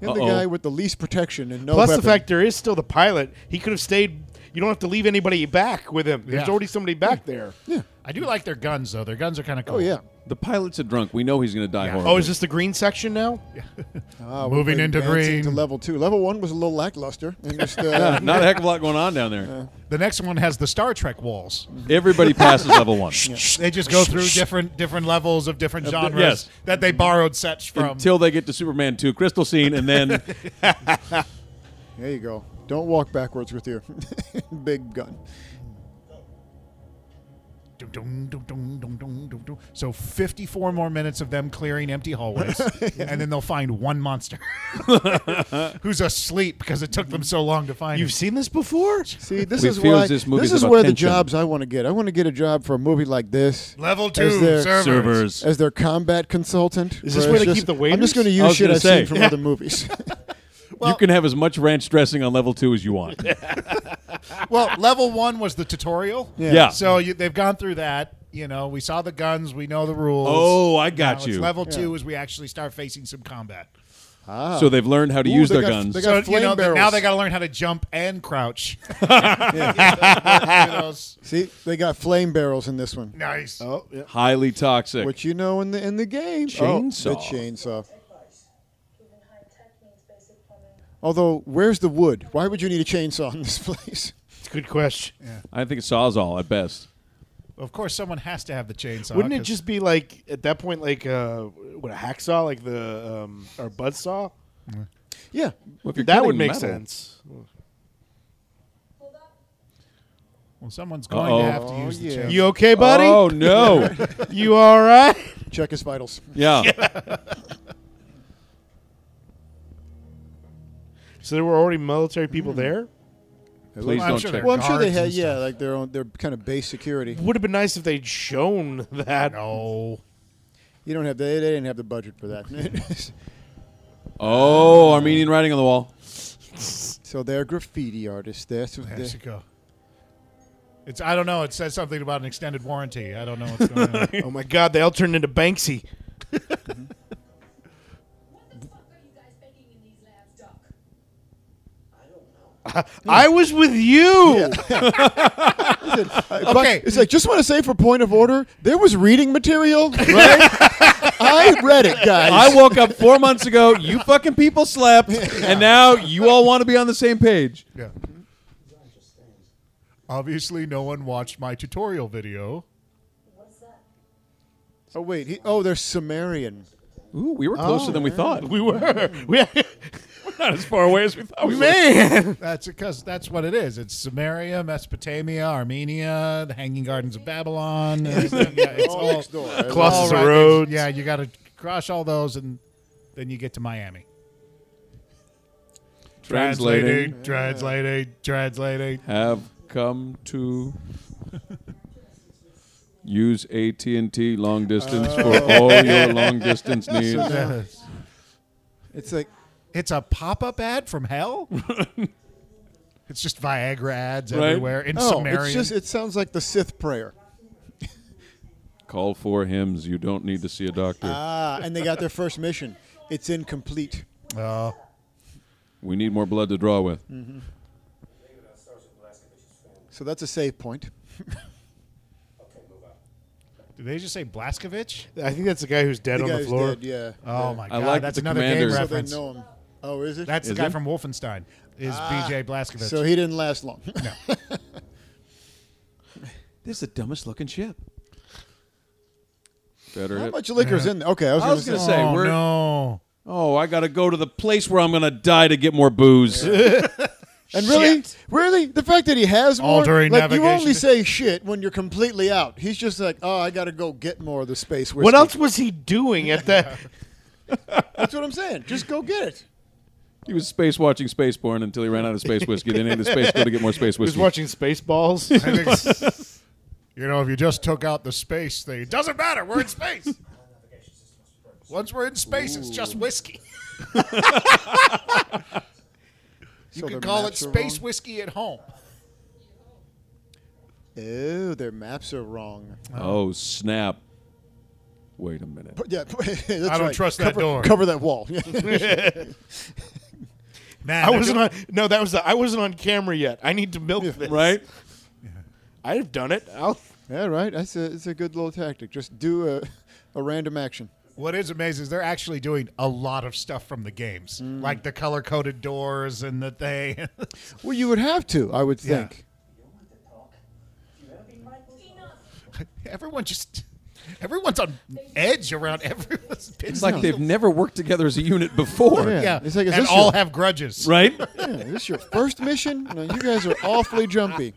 You're the Uh-oh. guy with the least protection and no Plus weapon. the fact there is still the pilot. He could have stayed. You don't have to leave anybody back with him. There's Yeah. already somebody back there. I do like their guns, though. Their guns are kind of cool. Oh, yeah. The pilots are drunk. We know he's going to die horribly. Oh, is this the green section now? Ah, we're Moving into advancing green. To level two. Level one was a little lackluster. And just, uh, Yeah, not a heck of a lot going on down there. The next one has the Star Trek walls. Everybody passes level one They just go through different different levels of different genres Uh, yes. that they borrowed sets from. until they get to Superman 2 crystal scene, and then there you go. Don't walk backwards with your [LAUGHS] big gun. Dum, dum, dum, dum, dum, dum, dum, dum. So 54 more minutes of them clearing empty [LAUGHS] hallways, and then they'll find one monster who's asleep because it took them so long to find You've him. seen this before? See, this We is feels why this movie is is about where the tension. jobs I want to get. I want to get a job for a movie like this. Level two Is there- servers. servers. as their combat consultant. Is this it's where they just- keep the I'm waiters? just going to I use was shit gonna I've say. seen from other movies. [LAUGHS] you can have as much ranch dressing on level two as you want. Well, level one was the tutorial. Yeah. Yeah. So you, they've gone through that. You know, we saw the guns. We know the rules. Oh, I got Now it's you. Level two is we actually start facing some combat. So they've learned how to Ooh, use they their got- guns. they got- So, you flame know, that now barrels. they got to learn how to jump and [LAUGHS] crouch. [LAUGHS] You know, s- See, they got flame barrels in this one. nice. Oh, yeah. highly toxic. Which you know in the in the game. Oh, the Chainsaw. chainsaw. Even high tech means basic plumbing. Although, where's the wood? Why would you need a chainsaw in this [LAUGHS] place? It's a good question. I think it's sawzall at best. Of course, someone has to have the chainsaw. Wouldn't it 'cause- just be like at that point, like uh, what a hacksaw, like the um, or buzz saw? Yeah. Well, if you're That would cutting make metal- sense. Hold up. Well, someone's going Oh. Uh-oh. to have to use the yeah. chainsaw. You okay, buddy? Oh no! [LAUGHS] You all right? Check his vitals. yeah. So there were already military people there. Please I'm don't sure check. they're- Well, I'm sure they Guards had, and yeah, stuff. like their own, their kind of base security. Would have been nice if they'd shown that. No. You don't have, they, they didn't have the budget for that. [LAUGHS] Oh, Armenian writing on the wall. so they're graffiti artists. That's what There they, you go. It's I don't know. It says something about an extended warranty. I don't know what's going on. [LAUGHS] [LAUGHS] Oh my God! They all turned into Banksy. What the fuck are you guys baking in these labs, Doc? I don't know. I was with you. [LAUGHS] Okay. It's like, just want to say for point of order, there was reading material, right? I read it, guys. I woke up four months ago. You fucking people slept, and now you all want to be on the same page. Yeah. Obviously, no one watched my tutorial video. What's that? oh, wait. He, oh, they're Sumerian. Ooh, we were closer than we thought. Oh. We were. [LAUGHS] We, we're not as far away as we thought. We [LAUGHS] Man, That's because that's what it is. It's Samaria, Mesopotamia, Armenia, the Hanging Gardens of [LAUGHS] Babylon. yeah, it's All all- next door. right? Clo- Crosses all the right. roads. Yeah, you got to cross all those, and then you get to Miami. Translating. translating, translating, translating. Have come to use AT and T long distance Oh. for all your [LAUGHS] long distance needs. It's like, It's a pop-up ad from [LAUGHS] hell. it's just Viagra ads Right. everywhere in oh, Sumerian. it's just, it sounds like the Sith prayer. Call for hymns. You don't need to see a doctor. Ah, and they got their first mission. It's incomplete. Oh. we need more blood to draw with. Maybe that starts with Blaskovich's family. So that's a save point. Okay, move on. What Did they just say Blaskovich? I think that's the guy who's dead The on the guy's floor. Ah. dead, yeah. Oh my I god, like that's the another game commander. So So they reference. know him. Oh, is it? That's the Is guy it? from Wolfenstein. Is BJ Blaskovich? so he didn't last long. [LAUGHS] This is the dumbest looking ship. Better How hit. much liquor's in there? Okay, I was, I was gonna gonna say. say oh we're. [LAUGHS] no! Oh, I gotta go to the place where I'm gonna die to get more booze. And really, really, the fact that he has more, Altering like you navigation. only say shit when you're completely out. He's just like, oh, I gotta go get more of the space. Whiskey. What else was he doing at [LAUGHS] that? That's what I'm saying. Just go get it. he was space watching Spaceborne until he ran out of space whiskey. Then he had to space go to get more space he was whiskey. watching [LAUGHS] Spaceballs. I think- you know, if you just took out the space thing, it doesn't matter. We're in [LAUGHS] space. Once we're in space, it's just whiskey. you So can their call it maps are space wrong? whiskey at home. Oh, their maps are wrong. [LAUGHS] oh snap! Wait a minute. But yeah, [LAUGHS] that's I don't right. trust that cover, door. Cover that wall. [LAUGHS] Man, I they're wasn't doing- on. No, that was the, I wasn't on camera yet. I need to milk this. Right? I've done it. I'll, yeah, right. That's a it's a good little tactic. Just do a, [LAUGHS] a random action. What is amazing is they're actually doing a lot of stuff from the games, like the color coded doors and the thing. [LAUGHS] Well, you would have to, I would Yeah. think. the talk? Do you have any mind? Enough. Everyone just, everyone's on edge around [LAUGHS] everyone's. It's like they've never worked together as a unit before. Yeah. yeah, It's like, is and this all your- have grudges. Right? Yeah, this is your first mission? No, you guys are awfully jumpy.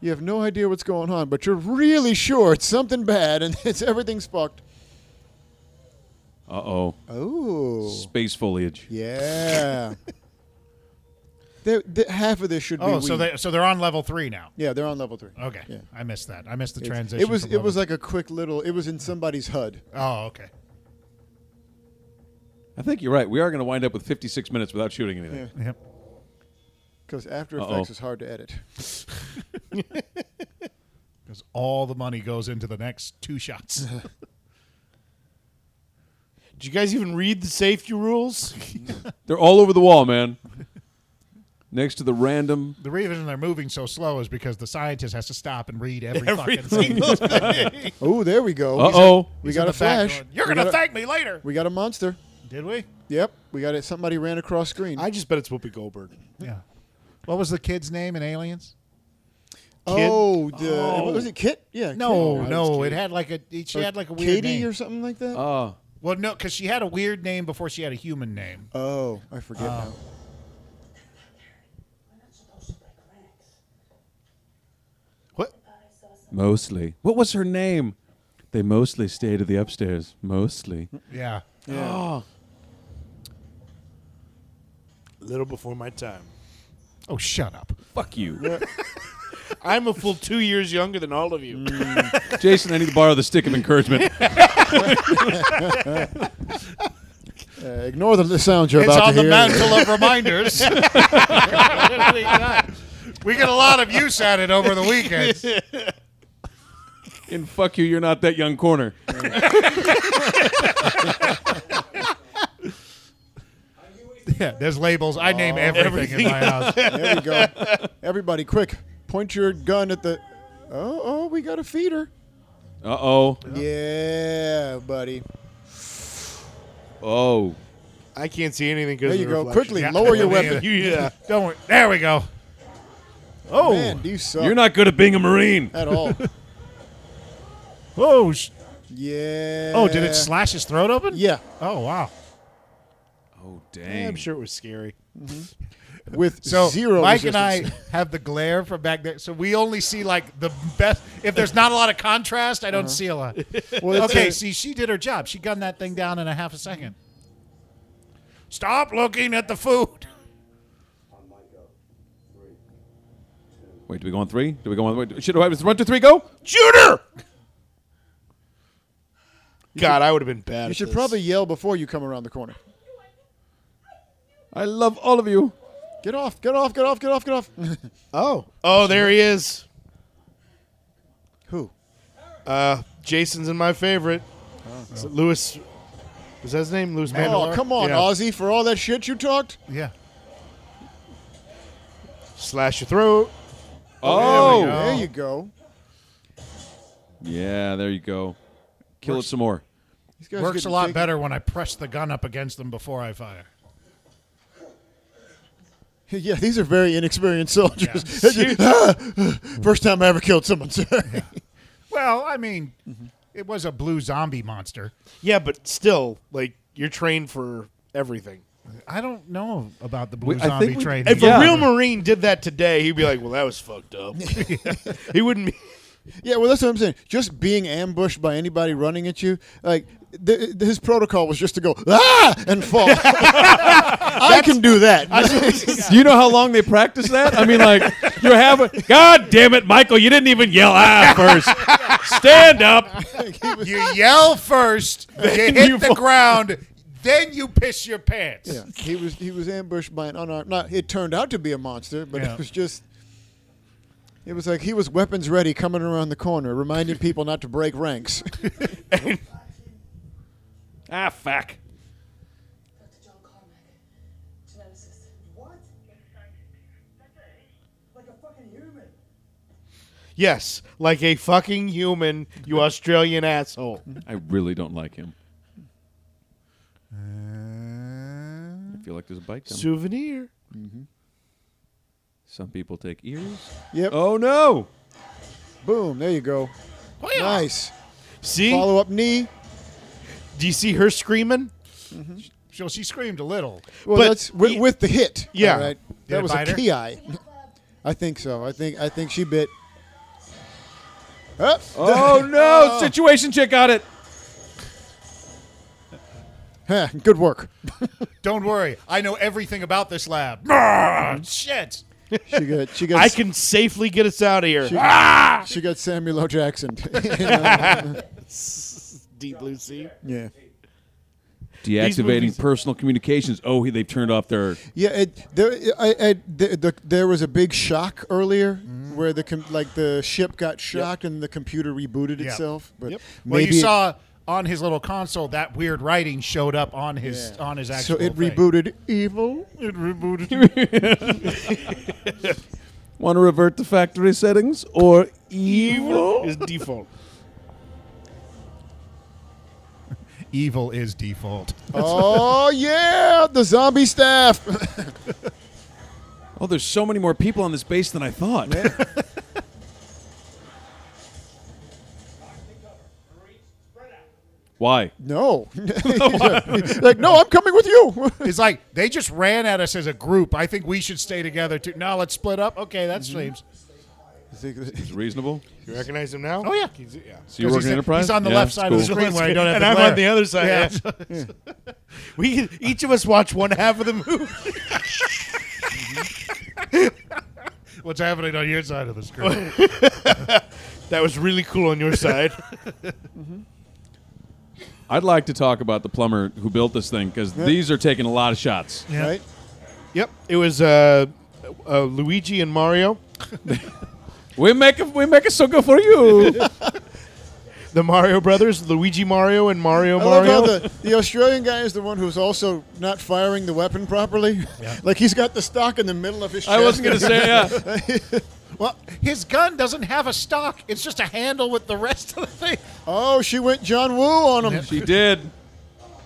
You have no idea what's going on, but you're really sure it's something bad and [LAUGHS] it's everything's fucked. Uh oh. Oh, Space foliage. yeah. they they- half of this should be. Oh, so weed. they so they're on level three now. Yeah, they're on level three. Okay, Yeah. I missed that. I missed the It's- transition. It was from it was level- like a quick little. It was in somebody's HUD. oh okay. I think you're right. We are going to wind up with 56 minutes without shooting anything. Yep. Because After Uh-oh. Effects is hard to edit. Because [LAUGHS] all the money goes into the next two shots. Did you guys even read the safety rules? [LAUGHS] They're all over the wall, man. Next to the random. The reason they're moving so slow is because the scientist has to stop and read every, [LAUGHS] fucking thing. Everything. Oh, there we go. Uh oh. [LAUGHS] We got a flash. You're We going to got a- thank me later. We got a monster. Did we? Yep, we got it. Somebody ran across screen. I just bet it's Whoopi Goldberg. Yeah. What was the kid's name in Aliens? oh, the, what was it Kit? Yeah. No, Kit. no, it had like a she had like a weird Katie name. Uh, or something like that. Ah. well, no, because she had a weird name before she had a human name. oh, I forget now. We're not supposed to break ranks. What? I saw some Mostly. What was her name? They mostly stayed at the upstairs. Mostly. Yeah. Oh. Little before my time. Oh, shut up. Fuck [LAUGHS] you. I'm a full two years younger than all of you. Jason, I need to borrow the stick of encouragement. Uh, ignore the, the sound you're It's on about to the hear. mantle [LAUGHS] of reminders. we get a lot of use at it over the weekend. and fuck you, you're not that young corner. [LAUGHS] Yeah, there's labels. I name everything in my house. [LAUGHS] There we go. Everybody, quick! Point your gun at the. Oh, oh, we got a feeder. Uh oh. Yeah, buddy. Oh. I can't see anything There because you go. Quickly, lower [LAUGHS] your Yeah. weapon. Yeah. Don't worry. There we go. Oh, Man, you suck You're not good at being a Marine. [LAUGHS] at all. oh, sh- yeah. oh! Did it slash his throat open? Yeah, Oh wow. Oh, Yeah, dang. I'm sure it was scary. with So zero. Mike resistance. and I have the glare from back there, so we only see like the best. If there's not a lot of contrast, I don't see a lot. Well, it's okay, a- see, she did her job. She gunned that thing down in a half a second. Stop looking at the food. [LAUGHS] On my go. Three, two, Wait, do we go on three? Do we go on? Wait, should I run to three? Go shooter. God, I would have been bad. you at should this. probably yell before you come around the corner. I love all of you. Get off! Get off! Get off! Get off! [LAUGHS] Get off! Oh. Oh, there he is. Who? Uh, Jason's in my favorite. Oh. Is it Lewis? Is that his name? Lewis Oh, Mandel. come on, Yeah. Ozzy! For all that shit you talked. Yeah. Slash your throat. Oh, there you go. yeah. There you go. Kill it some more. These guys Works a getting lot big. better when I press the gun up against them before I fire. [LAUGHS] Yeah, these are very inexperienced soldiers. [LAUGHS] First time I ever killed someone, [LAUGHS] sir. Well, I mean, it was a blue zombie monster. Yeah, but still, like you're trained for everything. I don't know about the blue I zombie think we- train. If Yeah. a real Marine did that today, he'd be like, "Well, that was [LAUGHS] fucked up." [LAUGHS] he wouldn't be. Yeah, well, that's what I'm saying. Just being ambushed by anybody running at you, like th- his protocol was just to go ah and fall. [LAUGHS] I can do that. [LAUGHS] Do you know how long they practice that? I mean, like you have. A, God damn it, Michael! You didn't even yell ah first. Stand up. You yell first, you hit the ground, then you piss your pants. yeah, he was he was ambushed by an unarmed. Not it turned out to be a monster, but Yeah. it was just. It was like he was weapons ready coming around the corner, reminding people not to break ranks. [LAUGHS] Ah, fuck. Dr. John Carmack. Geneticist. What? like a fucking human. Yes, like a fucking human, you Australian asshole. I really don't like him. Uh, I feel like there's a bite coming. Souvenir. Some people take ears. Yep. Oh [LAUGHS] no! Boom. There you go. Oh, Nice. See? Follow up knee. Do you see her screaming? So Mm-hmm. she screamed a little. Well, But- that's with, with the hit. Yeah. all right. Did it that was a bite her? key eye. I think so. I think I think she bit. Up. Oh no! Situation chick got it. Huh, good work. Don't worry, I know everything about this lab. Brrr, [LAUGHS] shit. She got she got I can safely get us out of here. Ah! she got Samuel L. [LAUGHS] Jackson. [LAUGHS] Deep blue sea. yeah. Deactivating movies- personal communications. Oh, he, they've turned off their. Yeah, it, there, I, I, the, the, there was a big shock earlier where the com- like the ship got shocked and the computer rebooted Yep. itself. But Yep. Well, maybe you saw on his little console, that weird writing showed up on his on his So actual. it thing. rebooted Evil. It rebooted. Want to revert to factory settings or evil? is default. Evil is default. oh yeah, the zombie staff. [LAUGHS] Oh, there's so many more people on this base than I thought. [LAUGHS] Why? no, [LAUGHS] like no, I'm coming with you. It's like they just ran at us as a group. I think we should stay together too. No, let's split up. Okay, that Mm-hmm. seems. It's reasonable. You recognize him now? Oh yeah. He's, yeah. So you're Because working he's- enterprise. he's on the Yeah, left it's side of cool. the screen where I don't have and to I'm glare. on the other side. Yeah. Yeah. we each of us watch one half of the movie. What's happening on your side of the [LAUGHS] screen? [LAUGHS] That was really cool on your side. I'd like to talk about the plumber who built this thing because these are taking a lot of shots. Right? yep, it was uh, uh, Luigi and Mario. We make a, we make a sucker for you. The Mario brothers, Luigi Mario and Mario I love Mario. how the, the Australian guy is the one who's also not firing the weapon properly. [LAUGHS] like he's got the stock in the middle of his chest. I wasn't gonna say yeah. well, his gun doesn't have a stock. It's just a handle with the rest of the thing. [LAUGHS] Oh, she went John Woo on him. She did. Fuck,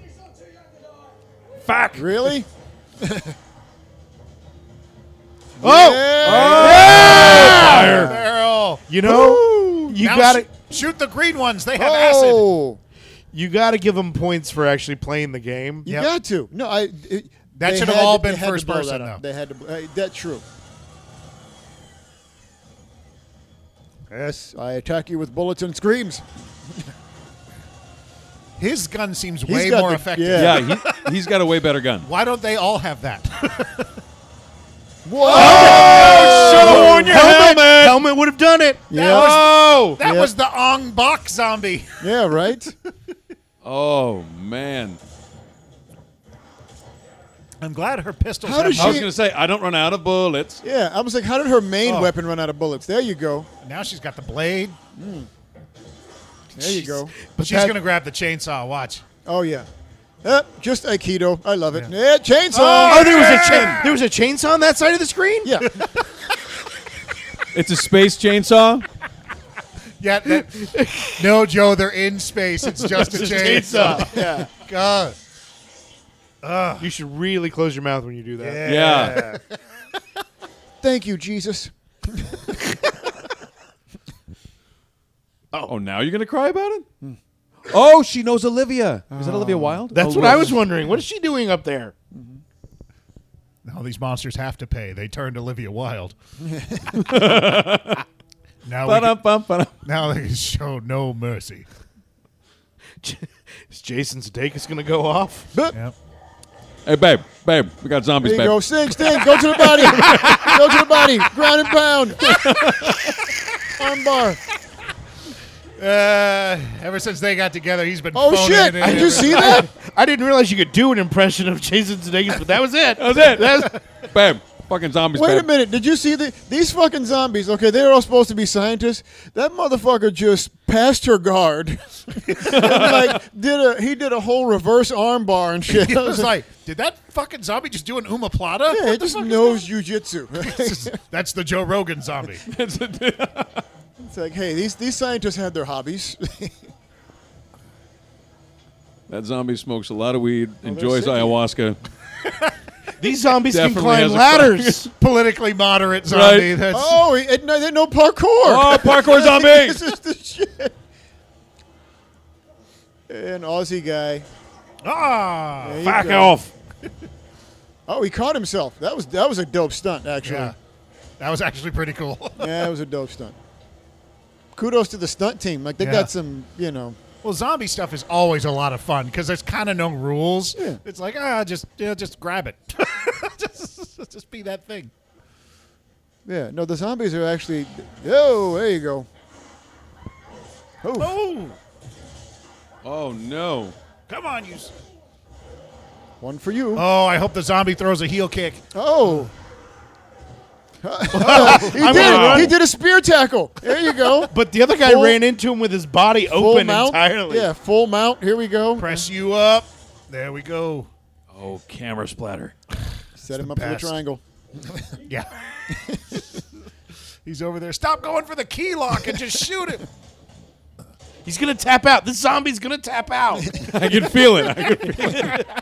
you're still too young to die. Fuck. [LAUGHS] Really? oh, Barrel. you know, you Now got sh- it. Shoot the green ones. They have acid. Oh, You got to give them points for actually playing the game. you Yep. got to. No, I. It, That they should have had all to- been they had to first blow person, that up. though. They had to. Uh, that's true. Yes, I attack you with bullets and screams. His gun seems He's way got more the- effective. yeah. Yeah, he, he's got a way better gun. Why don't they all have that? Whoa! on your helmet. Helmet, would have done it. Yeah. That was, that Yeah. was the Ong Bak zombie. [LAUGHS] yeah, right. Oh man! I'm glad her pistols. How have does I was She- gonna say I don't run out of bullets. Yeah, I was like, how did her main Oh. weapon run out of bullets? There you go. Now she's got the blade. There you go. But she's that- gonna grab the chainsaw. Watch. Oh yeah. Uh, just Aikido. I love it. Yeah, chainsaw. Oh, there was a cha- there was a chainsaw on that side of the screen. yeah. It's a space chainsaw. Yeah. That, [LAUGHS] no, Joe. They're in space. [LAUGHS] It's just a chainsaw. [LAUGHS] yeah. God. You should really close your mouth when you do that. Yeah. Thank you, Jesus. Oh, now you're gonna cry about it? Oh, she knows Olivia. Is that Olivia Wilde? That's Oh, what I Wilde. was wondering. What is she doing up there? Now these monsters have to pay. They turned Olivia [LAUGHS] Wilde. now, we can, Ba-dum-bum, [LAUGHS] ba-dum. now they can show no mercy. Is Jason Sudeikis going to go off? But Yep. Hey, babe, babe, we got zombies, there you babe. go. Sting, sting. Go to the body. go to the body. Ground and pound. Armbar. Uh, ever since they got together, he's been. Oh phoning it shit! in Did you every- see that? I didn't realize you could do an impression of Jason Sudeikis, but [LAUGHS] that was it. That was it. babe, fucking zombies. Wait a babe. minute. Did you see the, these fucking zombies? Okay, they're all supposed to be scientists. That motherfucker just passed her guard. [LAUGHS] And, like did a he did a whole reverse armbar and shit. I [LAUGHS] was like, did that fucking zombie just do an Uma Plata? yeah, What it the just fuck is knows jujitsu. [LAUGHS] that? This is- That's the Joe Rogan zombie. it's like, hey, these these scientists had their hobbies. [LAUGHS] That zombie smokes a lot of weed, enjoys ayahuasca. These zombies can Definitely climb has a ladders. Politically moderate zombie. Right. That's oh, he- and no, they know parkour. Oh, [LAUGHS] parkour this zombie! is the shit. An Aussie guy. ah. There you Back go. off. Oh, he caught himself. That was that was a dope stunt, actually. Yeah. That was actually pretty cool. [LAUGHS] Yeah, it was a dope stunt. Kudos to the stunt team. Like they Yeah. got some, you know. well, zombie stuff is always a lot of fun because there's kind of no rules. Yeah. It's like ah, just yeah, just grab it, [LAUGHS] just, just be that thing. Yeah, no, the zombies are actually. Oh, there you go. Oh, Oh, Oh no. come on, you. s- one for you. [LAUGHS] Oh, I hope the zombie throws a heel kick. Oh, [LAUGHS] he did. wow. He did a spear tackle. There you go. [LAUGHS] But the other guy Full- ran into him with his body full open mount. entirely. Yeah, full mount. Here we go. Press you up. There we go. Oh, camera splatter. Set him the up for the best. triangle. Yeah. [LAUGHS] He's over there. Stop going for the key lock and just shoot him. He's gonna tap out. This zombie's gonna tap out. [LAUGHS] I can feel it. I [LAUGHS] can feel Let's go, let's go,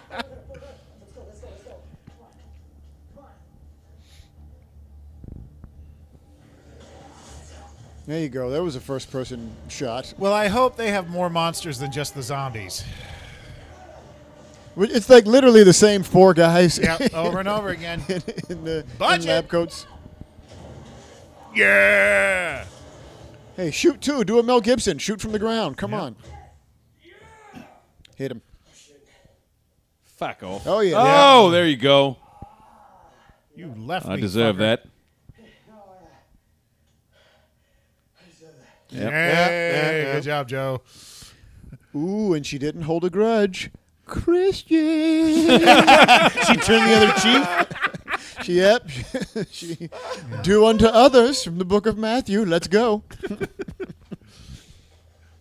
let's go. Come on. Come on. There you go. That was a first person shot. [LAUGHS] Well, I hope they have more monsters than just the zombies. It's like literally the same four guys Yeah, [LAUGHS] [LAUGHS] over and over again. in, in the in Budget. lab coats. Yeah. Hey, shoot two. Do a Mel Gibson. Shoot from the ground. Come on. Hit him. Fuck off. Oh, yeah. Oh, there you go. You left I me, deserve fucker. that. Hey, good job, Joe. [LAUGHS] Ooh, and she didn't hold a grudge. [LAUGHS] Christian. she turned the other cheek. [LAUGHS] she, yep. she, Do unto others from the book of Matthew. Let's go.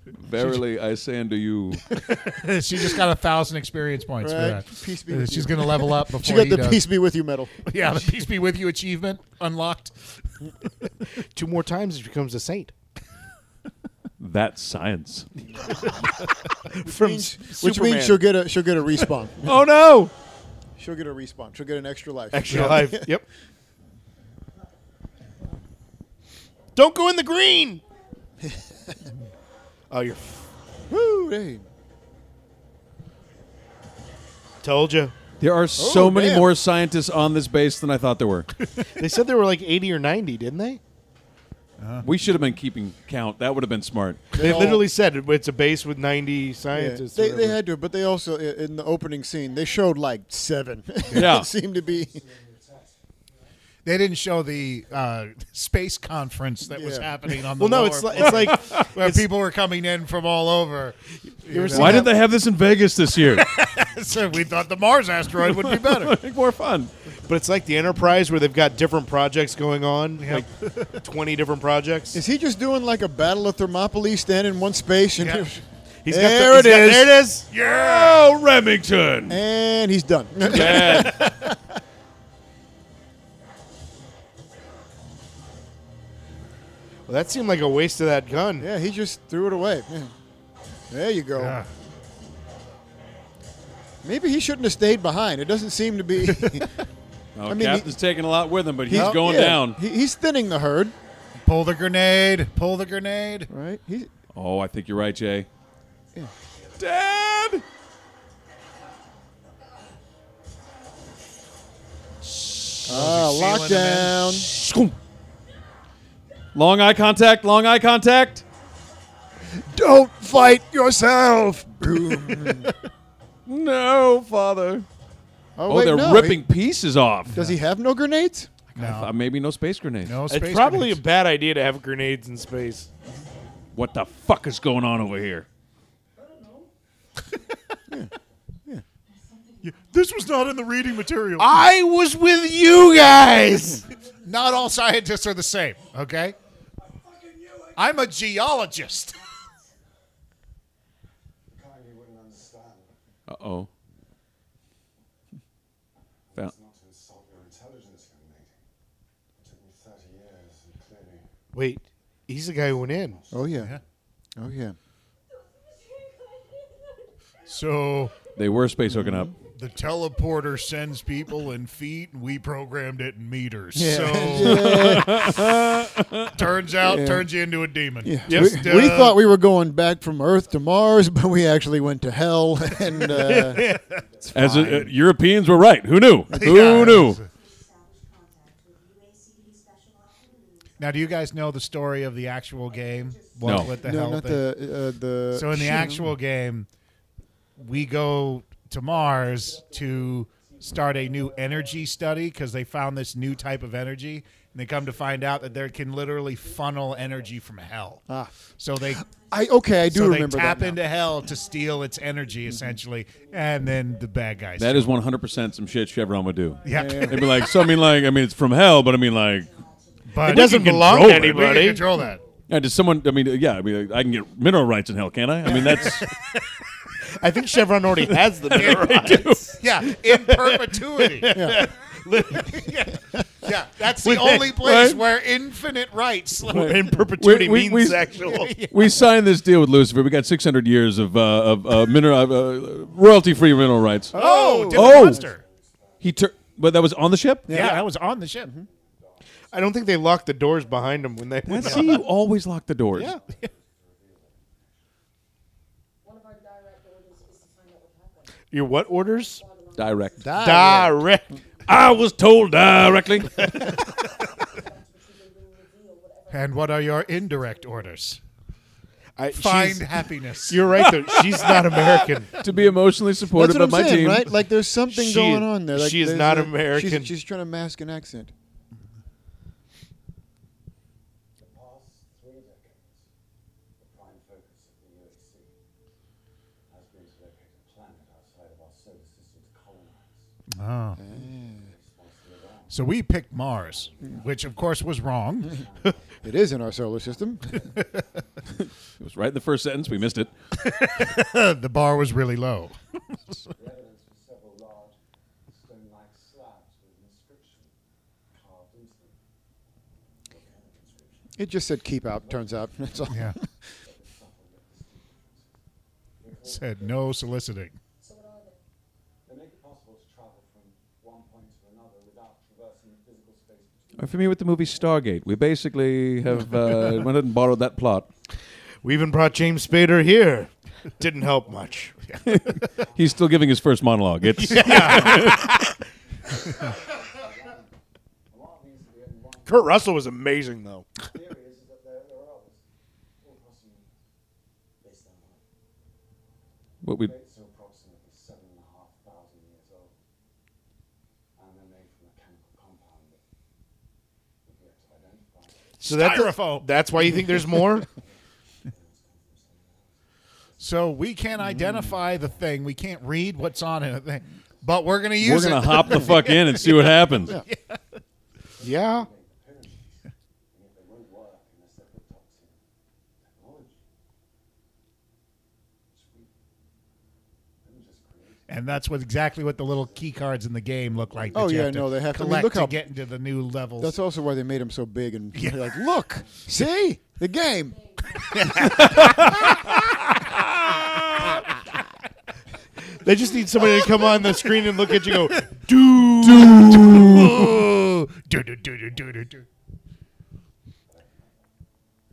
Verily, I say unto [LAUGHS] you. she just got a thousand experience points Right. for that. Peace be with She's you. going to level up before She got he the does. peace be with you [LAUGHS] medal. [LAUGHS] Yeah, the peace be with you achievement unlocked. [LAUGHS] Two more times, she becomes a saint. That's science. From Means- S- which Superman. means she'll get a she'll get a respawn. [LAUGHS] [LAUGHS] Oh no! she'll get a respawn. She'll get an extra life. extra life. [LAUGHS] Yep. Don't go in the [LAUGHS] green. oh, you're. Woo, hey. Told you. There are so many damn. more scientists on this base than I thought there were. They said there were like 80 or 90, didn't they? [LAUGHS] we should have been keeping count. That would have been smart. They all- literally said it- it's a base with 90 Yeah. scientists. or They, they whatever. had to, but they also i- in the opening scene they showed like seven. [LAUGHS] Yeah. it seemed to be. They didn't show the uh, space conference that was Yeah. happening on the well, no, lower it's like, floor, it's [LAUGHS] like where it's- people were coming in from all over. [LAUGHS] you ever seen Why that- did they have this in Vegas this year? so we thought the Mars asteroid would be better. Make more [LAUGHS] fun. But it's like the Enterprise where they've got different projects going on, like 20 different projects. Is he just doing like a battle of Thermopylae, standing in one space and Yeah. He's There got the, it he's is. Got, there it is. Yeah, Remington. and he's [LAUGHS] done. Yeah. Well, that seemed like a waste of that gun. yeah, he just threw it away. Yeah. There you go. Yeah. Maybe he shouldn't have stayed behind. It doesn't seem to be. Oh, mean, he- Captain's taking a lot with him, [LAUGHS] but he's Well, going yeah, down. He, he's thinning the herd, Pull the grenade. Pull the grenade. right? He's Oh, I think you're right, Jay. Yeah. Dad! ah sealing 'em lockdown. Skoom. Long eye contact, long eye contact. Don't fight yourself. Boom. [LAUGHS] No, father. Oh, Oh, wait, they're no, he- ripping pieces off. does he have no grenades? Uh, maybe no space grenades. No space. It's probably grenades. a bad idea to have grenades in space. What the fuck is going on over here? This was not in the reading material. I was with you guys. not all scientists are the same, okay? I'm a geologist. Carnegie wouldn't understand. Uh oh. Found. It's not to insult your intelligence, young lady. It took me 30 years, and clearly Wait, he's the guy who went in. Oh yeah. Oh yeah. So They were space hooking up. the teleporter sends people in feet, and we programmed it in meters. [LAUGHS] [LAUGHS] So turns out, turns you into a demon. Yeah. [LAUGHS] Just, we, we uh, thought we were going back from Earth to Mars, [LAUGHS] but we actually went to hell. [LAUGHS] [LAUGHS] And uh, As uh, uh, Europeans were right. [LAUGHS] Who knew? Yeah. Who knew? Establish contact with UACD special operations. Now, do you guys know the story of the actual game? What, No. What the no, hell? not thing- the uh, the. So in the actual game, we go to Mars to start a new energy study because they found this new type of energy, and they come to find out that they can literally funnel energy from hell. Ah. So they I okay, I do so they remember tap that. now. Mm-hmm. into hell to steal its energy essentially, and then the bad guys. That is 100% some shit Chevron would do. yeah. They'd be like, so I mean, like, I mean, it's from hell, but I mean, like, But It doesn't we can belong to control it. We can anybody. control that. Yeah, does someone? I mean, yeah, I mean, I can get mineral rights in hell, can't I? I [LAUGHS] mean, that's I think Chevron already [LAUGHS] has the mineral rights. Yeah, in perpetuity. yeah. [LAUGHS] yeah, that's the only place right? where infinite rights. in perpetuity We- we- means we- [LAUGHS] actual. we signed this deal with Lucifer. We got 600 years of uh, of uh, mineral uh, royalty-free mineral rights. Oh, David Oh. Munster. He tur- but that was on the ship. Yeah. I was on the ship. Mm-hmm. I don't think they locked the doors behind them when they went See, you always lock the doors. Yeah. One of our direct orders is to find out what happened. Your what orders? Direct. Ah, Direct. Ah. I was told directly. [LAUGHS] And what are your indirect orders? I, Find she's- happiness. You're right though. She's [LAUGHS] not American. to be emotionally That's supportive what I'm of my saying, team. right? Like there's something She- going on there. Like, she is there's not a- she's- American. She's, trying to mask an accent. The past three decades, the prime focus of the UHC has been to locate a planet outside of our solar system to Ah. colonize. So we picked Mars, which of course was wrong. [LAUGHS] It is in our solar system. It was right in the first sentence. We missed it. the bar was really low. The evidence was several large stone-like slabs with an inscription carved into them. What kind of inscription? it just said keep out. Turns out [LAUGHS] that's all. Yeah. [LAUGHS] Said no soliciting. So what are they? They make it possible to travel from one point to another without traversing the physical space between. Are you familiar with the movie Stargate? We basically have uh, [LAUGHS] went ahead and borrowed that plot. We even brought James Spader here. Didn't help much. He's still giving his first monologue. [LAUGHS] It's A lot of these are the only one Kurt Russell was amazing though. theory is that there, there are others all across the universe. They stand out. what we Dates are approximately seven and a half thousand years old. And they're made from a chemical compound that we've yet to identify. So that's Styrofoam. that's why you think there's more. So we can't identify the thing. We can't read what's on it. But we're gonna we're use gonna it. hop the fuck in and see what happens. yeah. And yet they won't work unless they're hooked up to technology. Which we didn't just create. and that's what exactly what the little key cards in the game look like. that Oh, you yeah, have to no, they have to- I mean, collect look how- get into the new levels. That's also why they made him so big and they're like, look, see the game. They just need somebody to come on the screen and look at you. and Go. do do do do do do do do.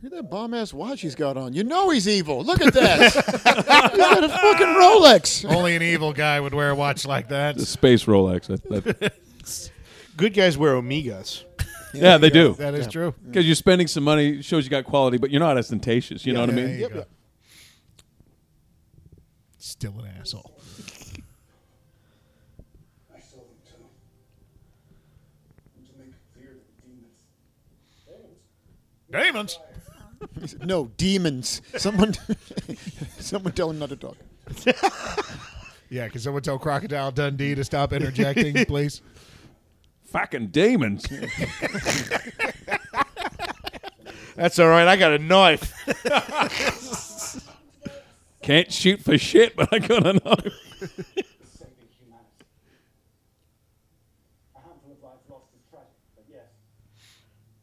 Look at that bomb ass watch he's got on. You know he's evil. Look at that. [LAUGHS] he's got a fucking Rolex. Only an evil guy would wear a watch like that. The space Rolex. That, [LAUGHS] that, Good guys wear Omegas. yeah, they do. That is true. Because you're spending some money, shows you got quality, but you're not ostentatious. You know what I Yeah, mean? there you go. Still an asshole. I saw them too. And to make it clear that the demons Demons. He said, No demons. Someone, [LAUGHS] someone tell him not to talk. Yeah, can someone tell Crocodile Dundee to stop [LAUGHS] interjecting, please? Fucking demons. [LAUGHS] That's all right. I got a knife. Can't shoot for shit, but I got a knife. saving humanity. A handful of lives lost is tragic, but yes,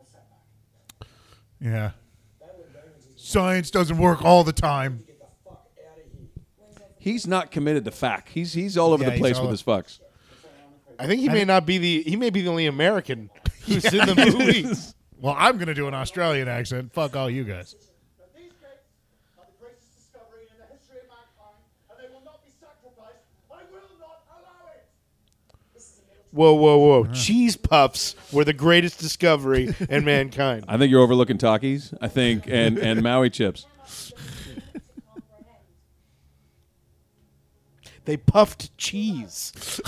a setback. Yeah. Science doesn't work all the time. He's not committed to fuck. He's he's all over Yeah, the he's place all- with his fucks. I think he may not be the. He may be the only American [LAUGHS] who's in the movie. Well, I'm going to do an Australian accent. Fuck all you guys. But these gates are the greatest discovery in the history of mankind, and they will not be sacrificed. I will not allow it. Whoa, whoa, whoa! Cheese puffs were the greatest discovery [LAUGHS] in mankind. I think you're overlooking Takis. I think and and Maui chips. They puffed cheese.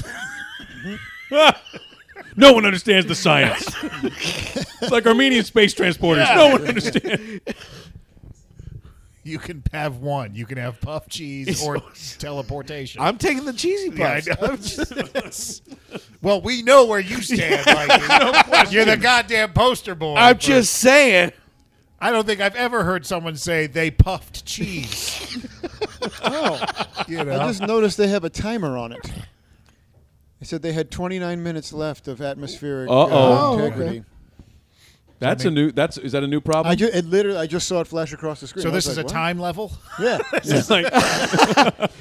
No one understands [LAUGHS] the science. it's like Armenian space transporters. No one understands. You can have one. You can have puff cheese or [LAUGHS] teleportation. I'm taking the cheesy Yeah, puffs. I know. [LAUGHS] well, we know where you [LAUGHS] stand, Mikey. You're the goddamn poster boy. I'm for- just saying. I don't think I've ever heard someone say they puffed cheese. you know. I just noticed they have a timer on it. They said they had 29 minutes left of atmospheric uh, Oh, Uh-oh. integrity. That's a new. That's is that a new problem? I just, it literally, I just saw it flash across the screen. so I was this is like, a "What?" time level. [LAUGHS] Yeah. [LAUGHS] It's like,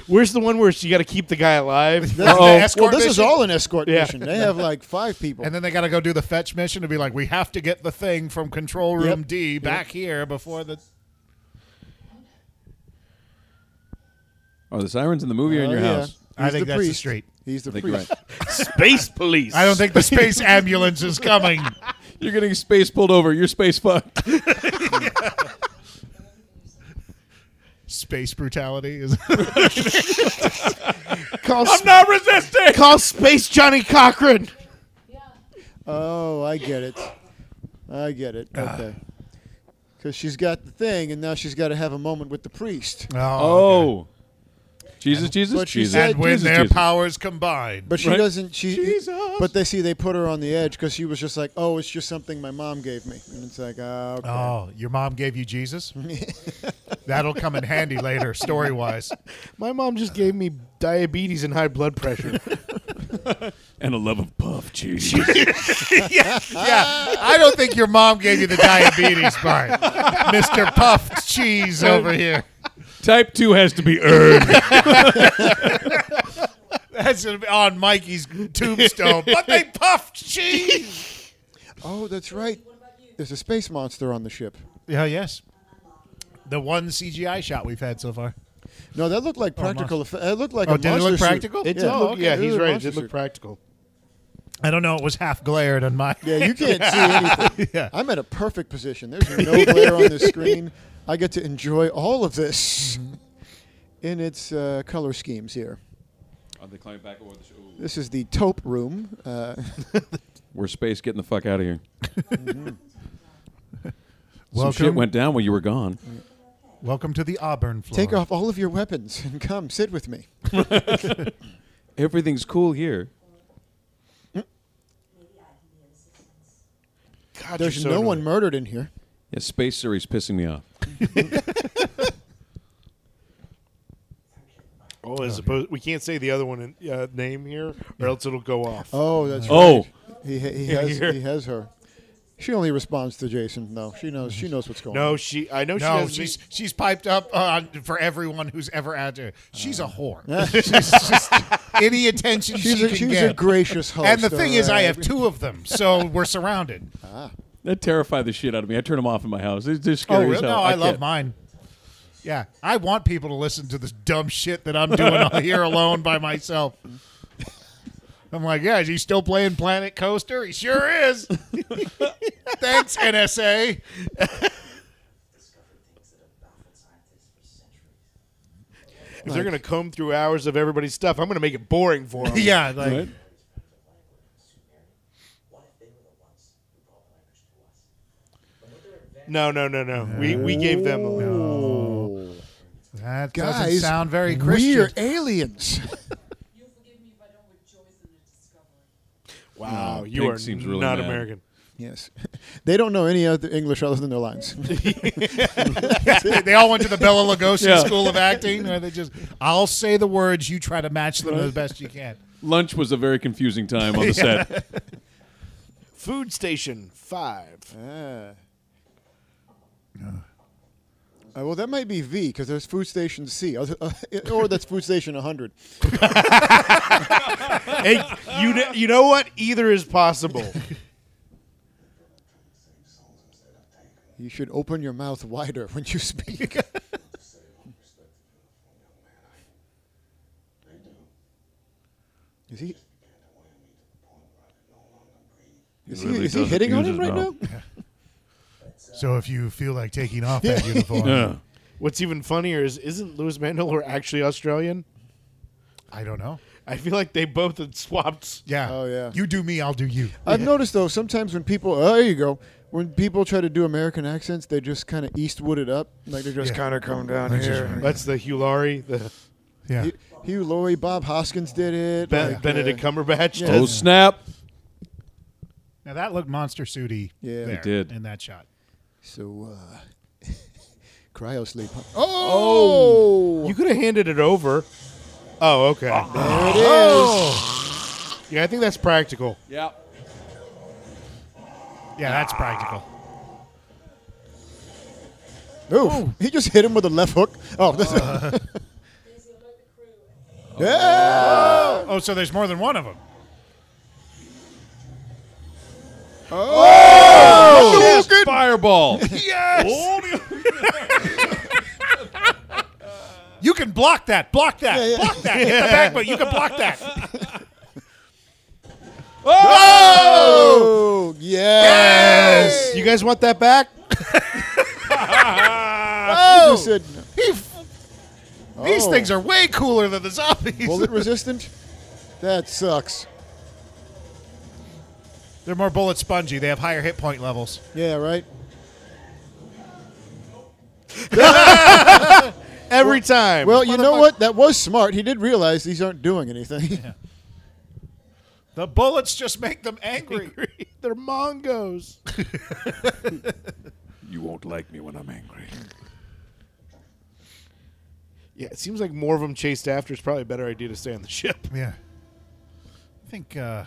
Where's the one where you got to keep the guy [LAUGHS] alive? That's Uh-oh. the Well, escort this this is is all an escort Yeah. mission. They have like five [LAUGHS] people. And then they got to go do the fetch mission to be like, we have to get the thing from control room Yep. D back here before the. are Oh, the sirens in the movie or Oh, in your house? I think that's the street. He's the I think you're priest. right. Space police. I don't [LAUGHS] think [LAUGHS] the space ambulance is coming. You're getting space pulled over. You're space fucked. Space brutality is. [LAUGHS] call, I'm not resisting. call space Johnny Cochran. Yeah. Oh, I get it. I get it. Okay. Because she's got the thing, and now she's got to have a moment with the priest. Oh, Jesus, Jesus, But she Jesus! said- and when Jesus, their Jesus. powers combine. But she Right. doesn't. She. Jesus. But they see they put her on the edge because she was just like, "Oh, it's just something my mom gave me," and it's like, "Ah, okay." Oh, your mom gave you Jesus? That'll come in handy later, story wise. [LAUGHS] My mom just gave me diabetes and high blood pressure. and a love of puff cheese. [LAUGHS] Yeah, I don't think your mom gave you the diabetes part. Mr. Puffed Cheese over here. [LAUGHS] Type two has to [LAUGHS] be earned. That's gonna be on Mikey's tombstone. But they puffed cheese. Oh, that's right. There's a space monster on the ship. Yeah, yes. The one CGI shot we've had so far. No, that looked like practical. effect. It looked like Oh, a did it look monster suit. practical? It It Oh, yeah. did look, okay, yeah, it he's was a right. It monster did look suit. practical. I don't know. It was half glared on mine. Yeah, you can't see anything. I'm at a perfect position. There's no glare on the screen. I get to enjoy all of this Mm-hmm. in its uh, color schemes here. Are Oh, they climbing back over the show? This is the taupe room. Uh, We're space getting the fuck out of here. [LAUGHS] Some Mm-hmm. welcome, shit went down while you were gone. [LAUGHS] welcome to the Auburn floor. take off all of your weapons and come sit with me. Everything's cool here. God, There's you're so no one annoying. murdered in here. Yeah, space series pissing me off. Oh, is supposed we can't say the other one in, uh, name here, or else it'll go off. Oh, that's Oh. right. He, [LAUGHS] ha- he has here. he has her. She only responds to Jason though. She knows she knows what's going on. no, she. I know she. No, doesn't she's mean- she's piped up uh, for everyone who's ever out there. She's a whore. [LAUGHS] she's just any attention She's she a, can she's get. a gracious host. uh, and the thing is, I alright. have two of them, so we're surrounded. That terrified the shit out of me. I turn them off in my house. It's just Oh, scary really? as No, hell. I, love can't. mine. Yeah, I want people to listen to this dumb shit that I'm doing out here alone by myself. I'm like, yeah, is he still playing Planet Coaster? He sure is. Thanks, NSA. Discovered things that have baffled scientists for centuries. if they're gonna comb through hours of everybody's stuff, I'm gonna make it boring [LAUGHS] for them. Yeah, like Right? What if they were the ones who brought the language to us? No, no, no, no. We we gave them. A, that doesn't guys. sound very Christian. We're aliens. [LAUGHS] You'll forgive me if I don't rejoice in the discovery. Wow, you Pink are seems really not mad. American. yes, [LAUGHS] they don't know any other English other than their lines. they, they all went to the Bella Lugosi Yeah. School of Acting, where they just, I'll say the words, you try to match them as best you can. Lunch was a very confusing time [LAUGHS] on the set. Food station five. Ah. Uh, well, that might be V because there's food station C, Other- uh, [LAUGHS] or that's food station 100. hey, you kn- you know what? Either is possible. You should open your mouth wider when you speak. [LAUGHS] Is he? Is he, really is he does hitting on abuse him right his now? mouth. So if you feel like taking off that uniform, yeah. What's even funnier is isn't Lewis Mandela actually Australian? I don't know. I feel like they both had swapped. Yeah. Oh, yeah. You do me, I'll do you. I've noticed though sometimes when people oh, there you go When people try to do American accents, they just kind of Eastwood it up. Like they just kind of come down here. That's the Hugh Laurie, the Yeah. Hugh- Hugh Laurie, Bob Hoskins did it. Ben- like, Benedict uh, Cumberbatch. yeah. Oh snap! Now that looked monster suity. Yeah. It there did. in that shot. so, uh, [LAUGHS] cryo sleep. huh? Oh, You could have handed it over. Oh, okay. Ah. there it is. Oh. Yeah, I think that's practical. Yeah. Yeah, that's practical. Oof. Oh! He just hit him with a left hook. Oh, [LAUGHS] that's Daisy, alert the crew. yeah. Oh, so there's more than one of them. Oh, fireball. [LAUGHS] You can block that. Block that. yeah. Block that. Hit the back, but you can block that. Oh, yes. You guys want that [LAUGHS] back? Oh. He just said He f- These Oh. things are way cooler than the zombies. bullet resistant. That sucks. They're more bullet spongy. They have higher hit point levels. Yeah, right. Every time. Well, you know what? That was smart. He did realize these aren't doing anything. The bullets just make them angry. [LAUGHS] they're Mongos. [LAUGHS] you won't like me when I'm angry. Yeah, it seems like more of them chased after. It's probably a better idea to stay on the ship. yeah. I think uh,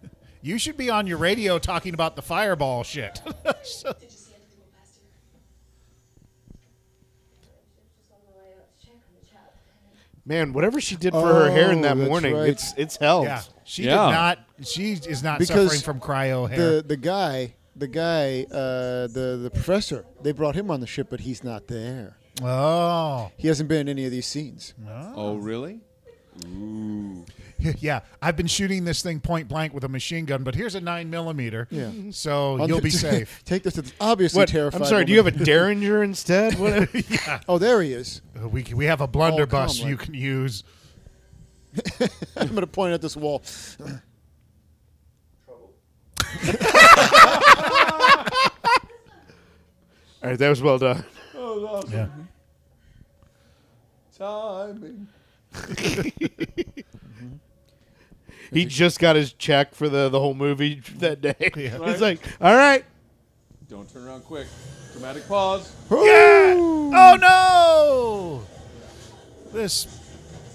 [LAUGHS] you should be on your radio talking about the fireball shit. [LAUGHS] Did you see anything go past here? Just on the way out to check on the chap. Man, whatever she did for her hair in that Oh, that's morning, right. it's it's held. yeah. She Yeah. did not. She is not Oh, Because suffering from cryo hair. [LAUGHS] the the guy, the guy, uh, the the professor. They brought him on the ship, but he's not there. oh. [LAUGHS] He hasn't been in any of these scenes. Oh really? Yeah, I've been shooting this thing point blank with a machine gun, but here's a nine millimeter. Yeah. [LAUGHS] So you'll be safe. Take this to the obviously What? terrified. I'm sorry. Do you have a Derringer instead? [LAUGHS] What? a? Oh, there he is. [LAUGHS] Uh, We we have a blunderbuss calm, like- you can use. I'm going to point at this wall. All right, that was well [LAUGHS] done. Yeah. Timing. He just got his check for the, the whole movie that day. Yeah. He's like, all right. Don't turn around quick. Dramatic pause. Oh no! This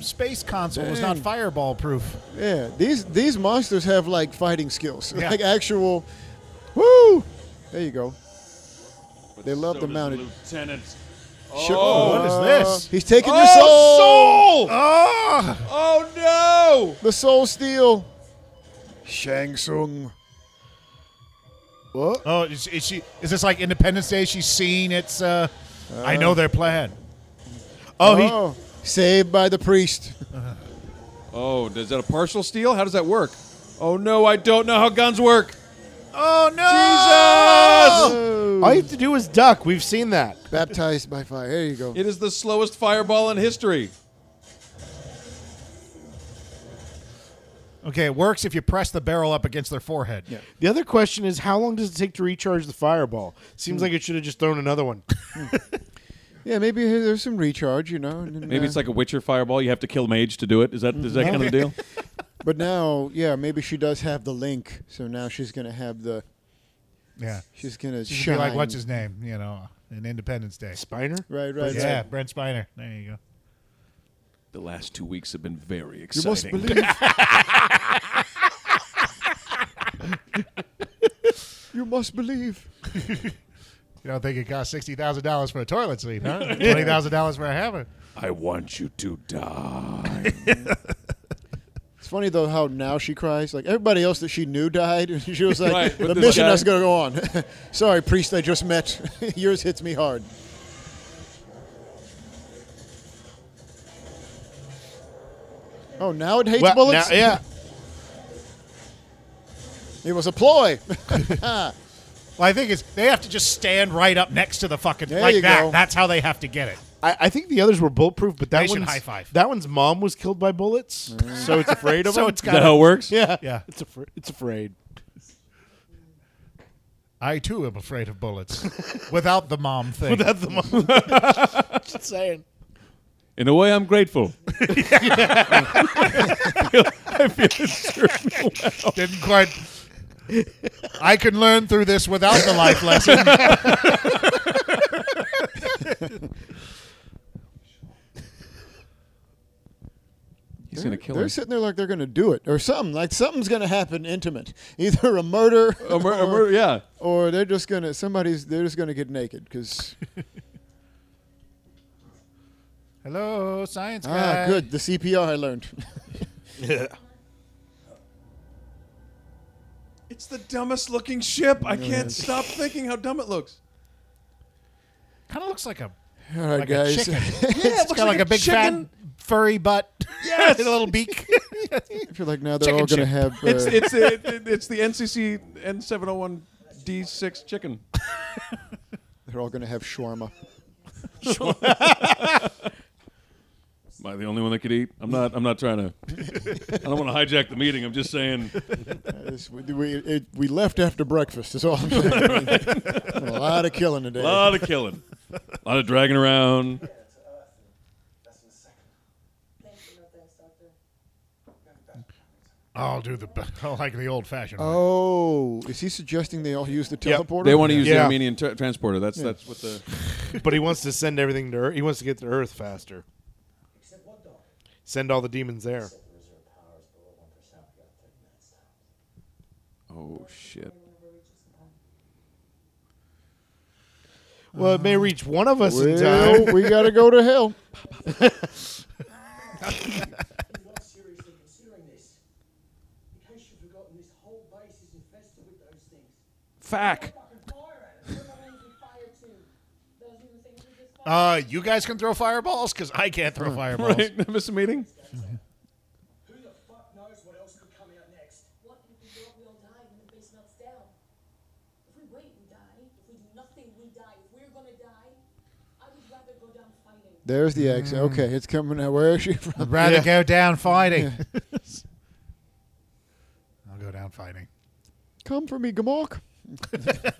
space console was not Dang. fireball proof. Yeah, these these monsters have like fighting skills, Yeah. like actual. Woo! There you go. But They love so the does mounted- lieutenant. Sure. Oh, what is this? Uh, He's taking your soul. Oh, soul! Oh! Oh no! The soul steal. Shang Tsung. What? Oh, is, is she? Is this like Independence Day? She's seen it's. Uh, I know their plan. Oh, he Oh, saved by the priest. [LAUGHS] Oh, is that a partial steal? How does that work? Oh no, I don't know how guns work. Oh no! All you have to do is duck. We've seen that. Baptized by fire. There you go. It is the slowest fireball in history. Okay, it works if you press the barrel up against their forehead. Yeah. The other question is, how long does it take to recharge the fireball? Seems like it should have just thrown another one. [LAUGHS] Yeah, maybe here- there's some recharge, you know. and then, Maybe uh, it's like a Witcher fireball. You have to kill mage to do it. Is that is that Mm-hmm. kind of the deal? But now, yeah, maybe she does have the link, so now she's gonna have the. Yeah. She's gonna She'd shine. be like, what's his name? You know, in Independence Day. Spiner? Right, right, Yeah, right. Brent Spiner. There you go. [LAUGHS] The last two weeks have been very You must exciting. believe. you must believe. You don't think it cost sixty thousand dollars for a toilet seat, huh? [LAUGHS] Twenty thousand dollars for a hammer. I want you to [LAUGHS] die. It's funny though how now she cries. Like everybody else that she knew died, [LAUGHS] and she was like, Right, but "The this mission guy- that's going to go on." [LAUGHS] Sorry, priest, I just met. [LAUGHS] Yours hits me hard. Oh, now it hates Well, bullets. now- yeah. It was a ploy. [LAUGHS] Well, I think it's they have to just stand right up next to the fucking There like you that. go. That's how they have to get it. I, I think the others were bulletproof, but that They should one's high five. that one's mom was killed by bullets, Mm. [LAUGHS] so it's afraid of So him. it's Is got that how it works? yeah, Yeah. It's afraid. It's afraid. I too am afraid of bullets. Without the mom thing. That's the most. Just saying. In a way, I'm grateful. I feel, I feel it served me well. Didn't quite. I can learn through this without the life lesson. He's gonna kill They're us. sitting there like they're going to do it or something. Like something's going to happen intimate. [LAUGHS] Either a murder A mur- a or- mur- yeah. [LAUGHS] or they're just going to somebody's they're just going to get naked [LAUGHS] because [LAUGHS] Hello, science guy. ah good the CPR I learned. [LAUGHS] It's the dumbest looking ship. I can't stop thinking how dumb it looks. Kind of looks like a All right like a guys. chicken. [LAUGHS] Yeah, [LAUGHS] it It's got like, a big chicken. fat furry butt. Yes. and [LAUGHS] a little [LAUGHS] beak. I feel like now they're Chicken all going to chip. have uh, [LAUGHS] It's it's it, [LAUGHS] it- it's the NCC N701 D6 chicken. they're all going to have shawarma. Am I the only one that could eat? I'm not. I'm not trying to. I don't want to hijack the meeting. I'm just saying. It's- we, we, it, we left after breakfast. That's [LAUGHS] all I'm saying. a lot of killing today. A lot of killing. A lot of dragging around. Thanks, no thanks, Doctor. I'll do the [LAUGHS] best. I like the old fashioned. one. Oh, is he suggesting they all use the teleporter? They want to use the Yeah. Armenian tra- transporter. That's that's what the. [LAUGHS] But he wants to send everything to Earth. He wants to get to Earth faster. Send all the demons there. Oh shit. Well, it may reach one of us in time. Well, we got to go to hell. [LAUGHS] You're not seriously considering this. In case you've forgotten, this whole base is infested with those things. Fack. Those are the things we just fought. Uh, you guys can throw fireballs because I can't [LAUGHS] throw fireballs. Right. Miss a meeting. Who the fuck knows what else could come out next? What if we don't, we all die when the base melts down? If we wait, we die. If we do nothing, we die. If we're gonna die, I would rather go down fighting. There's the accent. Okay, it's coming out. Where is she from? [LAUGHS] I'd rather go down [LAUGHS] fighting. I'll go down fighting. Come for me, Gamok. Well, once the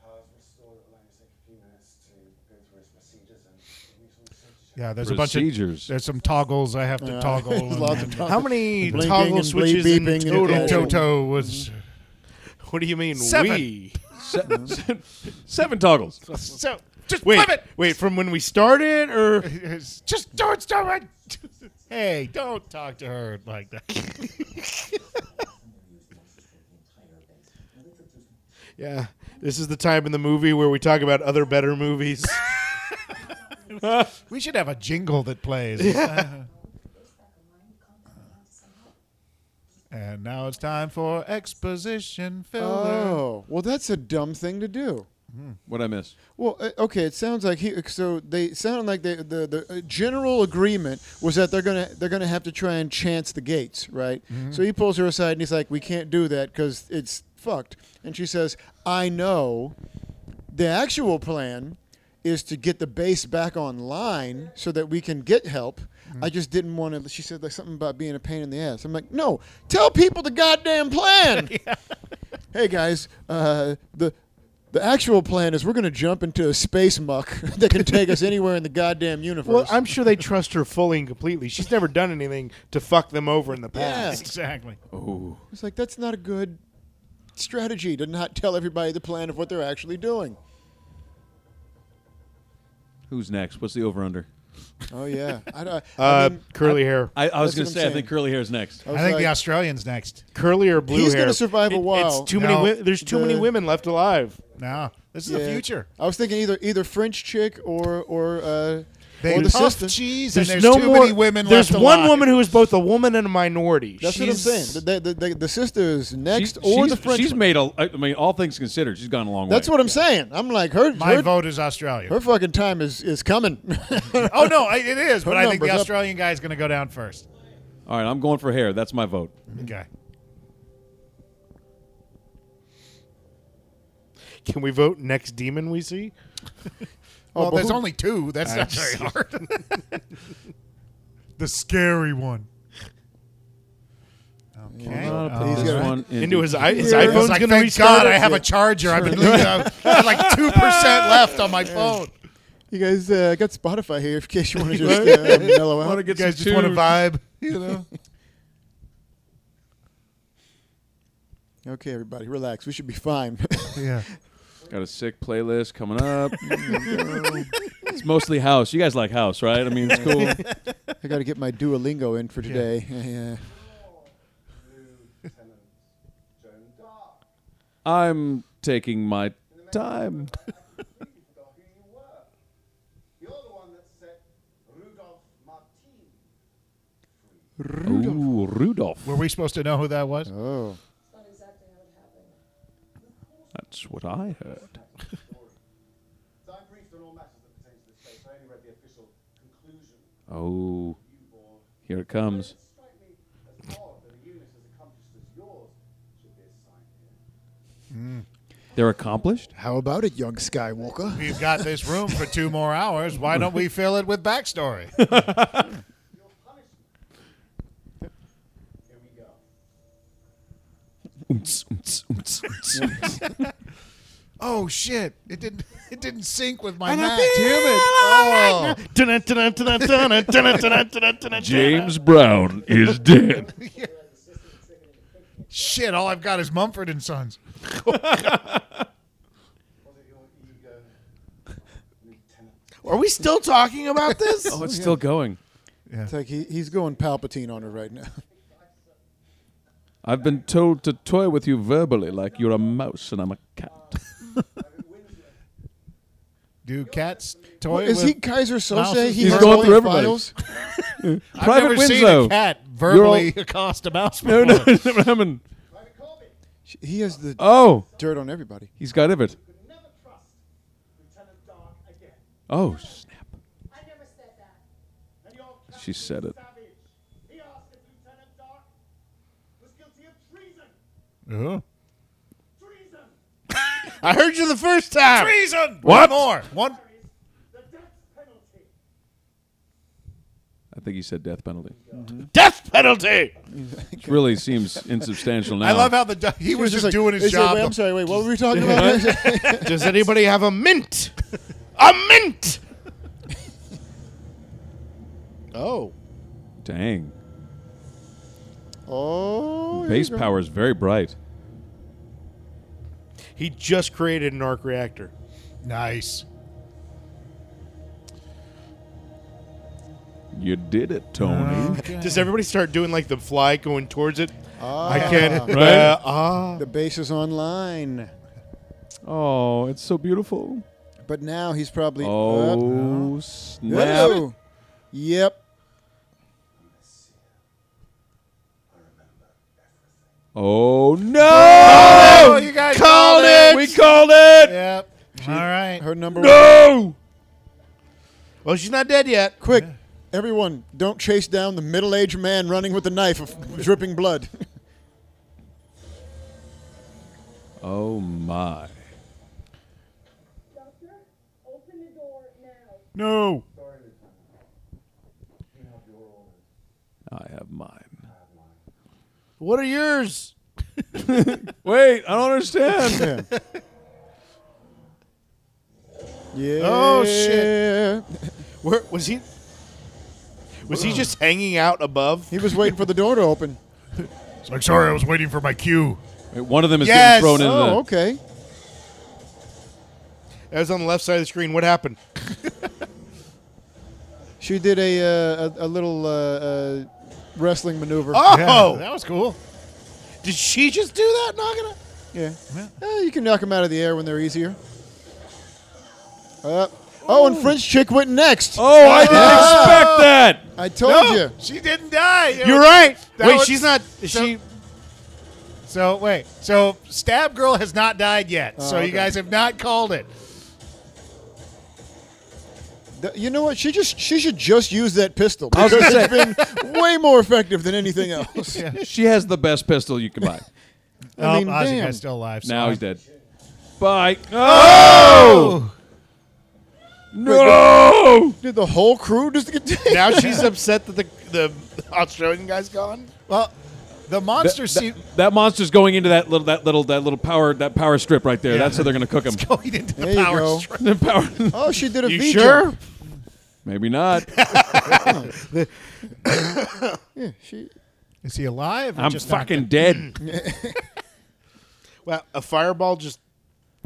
power's restored, it'll only take a few minutes to go through its procedures and meet all the subjects. Yeah, there's a bunch Procedures. of there's some toggles I have to [LAUGHS] toggle. Uh, There's lots and- of talk. How many Blinking toggle and switches in bleeping and total? in Toto was [LAUGHS] What do you mean Seven. we? [LAUGHS] [LAUGHS] Se- se- seven toggles. so just Wait, flip it. wait. From when we started, or It's- [LAUGHS] Just don't stop it. [LAUGHS] Hey, don't talk to her like that. [LAUGHS] [LAUGHS] yeah, this is the time in the movie where we talk about other better [LAUGHS] movies. We should have a jingle that [LAUGHS] plays. [LAUGHS] and now it's time for exposition filler. Oh, well, that's a dumb thing to do. What I miss? Well, uh, okay. It sounds like he. So they sound like they, the the uh, general agreement was that they're gonna they're gonna have to try and chance the gates, right? So he pulls her aside and he's like, "We can't do that because it's fucked." And she says, "I know." The actual plan is to get the base back online so that we can get help. I just didn't want to. She said like something about being a pain in the ass. I'm like, no, tell people the goddamn [LAUGHS] plan. hey guys, uh, the the actual plan is we're going to jump into a space muck [LAUGHS] that can [LAUGHS] take us anywhere in the goddamn universe. well, I'm sure they trust her fully and completely. She's never done anything to fuck them over in the Yeah. past. Exactly. It's like that's not a good strategy to not tell everybody the plan of what they're actually doing. Who's next? What's the over under? Oh yeah, I, I, I Uh, mean, curly hair, I, I That's what was going to I'm say, I saying. think curly hair is next. I, was think like- the Australian's next. curly or blue He's hair. gonna survive a while. It's too many. No. Wi- there's too many The- women left alive. No, this is the yeah. future. I was thinking either either French chick or or uh, They or the puff sister. cheese There's, and there's no too more many women There's left one alive. woman who is both a woman and a minority. That's what I'm She's- saying. The, the, the, the sister is next, She's- or she's, the French. She's made a. I mean, all things considered, she's gone a long That's way. what I'm saying. I'm like her. My her, vote is Australia. her fucking time is is coming. [LAUGHS] oh no, I, it is, but Her I think the number's up. Australian guy's going to go down first. All right, I'm going for hair. That's my vote. Mm-hmm. Okay. Can we vote next demon we see? Well, but there's who- only two. That's not very hard. [LAUGHS] the scary one. Okay. I'm gonna Uh, put He's this gonna- one in- Into his, i- his I iPhone's was like, gonna thank restart God it? I have a charger. I've been leaving [LAUGHS] I have like 2% left on my phone. You guys uh, got Spotify here in case [LAUGHS] you want to just uh, mellow out. I wanna get You guys some just want to [LAUGHS] tunes. vibe, you uh, know? Okay, everybody, relax. We should be fine. [LAUGHS] yeah. Got a sick playlist coming [LAUGHS] up. it's mostly house. You guys like house, right? I mean, it's [LAUGHS] cool. I got to get my Duolingo in for today. Yeah. I'm taking my time. completely forgot who you were. You're the one that set Rudolph Martin. Ooh, Rudolph. Were we supposed to know who that was? Uh. Oh. It's not exactly how it happened. That's what I heard. So I'm briefed on all matters that pertain to this case. I only read the official conclusion Oh, you bore. here it comes. It strike me as odd that a unit as accomplished as yours should be assigned here. They're accomplished. How about it, young Skywalker? We've got this room for two more hours. Why don't we fill it with backstory? Your punishment. Here we go. Oomts, oomts, oomts, oomts, oomts. Oh shit! It didn't. [LAUGHS] It didn't sync with my And I math. feel Oh. [LAUGHS] Dun, dun, dun, dun, dun, dun, dun, dun, dun, dun, dun. James Brown is dead. [LAUGHS] Shit! All I've got is Mumford and Sons. Was it your ego, Lieutenant? Are we still talking about this? Oh, it's still going. It's like he, he's going Palpatine on her right [LAUGHS] now. I've been told to toy with you verbally like you're a mouse and I'm a cat. Do cats toy? Well, is with- he Kaiser Sose? mouses? He He's has going all through your everybody. files. I've Private never seen Winslow. a cat verbally accost a mouse before. [LAUGHS] No, no, I mean- Private Corbett, He has the Oh, dirt on everybody. he's got it. you could never trust Lieutenant Dark again. Oh, snap. I never said that. And your captain She said it. Savage. He asked if Lieutenant Dark was guilty of treason. Oh. Treason! I heard you the first time. Treason! What? One more. One. There is the death penalty. I think he said death penalty. Death [LAUGHS] penalty. Which really seems insubstantial now. I love how the du- he was just like, doing his is it- job. wait, I'm sorry. Wait, what were [LAUGHS] we talking about? [LAUGHS] Does anybody have a mint? A mint. oh. Dang. Oh. here Base you go. power is very bright. He just created an arc reactor. Nice. You did it, Tony. Does everybody start doing like the fly going towards it? Ah, I can't. Right? uh, ah. The base is online. Oh, it's so beautiful. But now he's probably. up. Oh, snap. Ooh. Yep. Oh, no! you guys Oh, Called it. We called it! Yep. All right. Her number one. No! Well, she's not dead yet. Quick, everyone, don't chase down the middle aged man running with a knife of dripping blood. Oh, my. Doctor, open the door now. No. I have mine. What are yours? Wait, I don't understand. yeah. [LAUGHS] Oh, shit. Where was he? Was he just hanging out above? He was waiting for the door to open. It's like sorry, I was waiting for my cue. Wait, [LAUGHS] one of them is Yes! getting thrown in the. Oh, okay. That was on the left side of the screen. What happened? She did a uh, a, a little uh, uh, wrestling maneuver. Oh! that was cool. Did she just do that? Knocking it? Yeah. Yeah. Eh, you can knock them out of the air when they're easier. Uh, oh, and French chick went next. Oh, I didn't expect that! I told you. She didn't die. You're right. That Wait, was- she's not. Is so- [LAUGHS] she? So wait, so Stab Girl has not died yet. so okay. you guys have not called it. Th- You know what? She just she should just use that pistol I was because gonna it's been way more effective than anything else. She has the best pistol you can [LAUGHS] buy. I oh, mean, Ozzy damn. guy's still alive. so- now he's dead. Bye. Oh! No! Did the whole crew just get? Now she's upset that the the Australian guy's gone. Well, The monster [LAUGHS] That- scene That monster's going into that little that little that little power that power strip right there. That's how they're gonna cook [LAUGHS] him. going into the There you power go. strip. The [LAUGHS] power- Oh, she did a You V sure? jump. [LAUGHS] Maybe not. She, Is he alive? or I'm just not Mm, fucking dead? dead. Well, a fireball just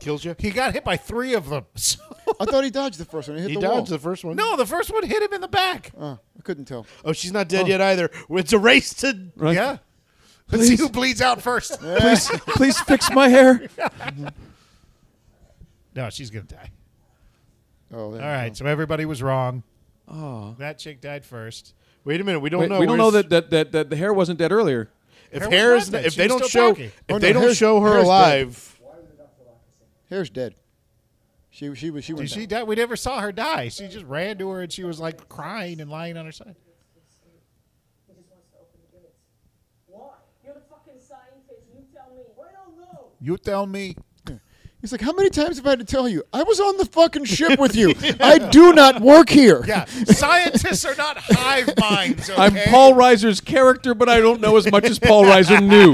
kills you. He got hit by three of them. [LAUGHS] So- I thought he dodged the first one. He hit He the dodged wall. the first one. no, the first one hit him in the back. Uh, I couldn't tell. Oh, she's not dead yet either. It's a race to. Right? Yeah. Let's see who bleeds out first. Please, please fix [LAUGHS] my hair. No, she's gonna die. Oh, there All right, so everybody was wrong. Oh. That chick died first. Wait a minute. We don't Wait, know. we don't know Where's- that, that that that the hair wasn't dead earlier. if Hair was hair is not not, dead. if She they was don't still show talking. if Oh, no, they don't hair's- show her hair's dead. alive. Hair's dead. She she was she Did went. she down. die? We never saw her die. She just ran to her and she was like crying and lying on her side. He just wants to open the gates. Why? You're the fucking scientist. You tell me. I don't know. You tell me. He's like, how many times have I had to tell you? I was on the fucking ship with you. I do not work here. [LAUGHS] Yeah, scientists are not hive minds. Okay? I'm Paul Reiser's character, but I don't know as much as Paul Reiser [LAUGHS] knew.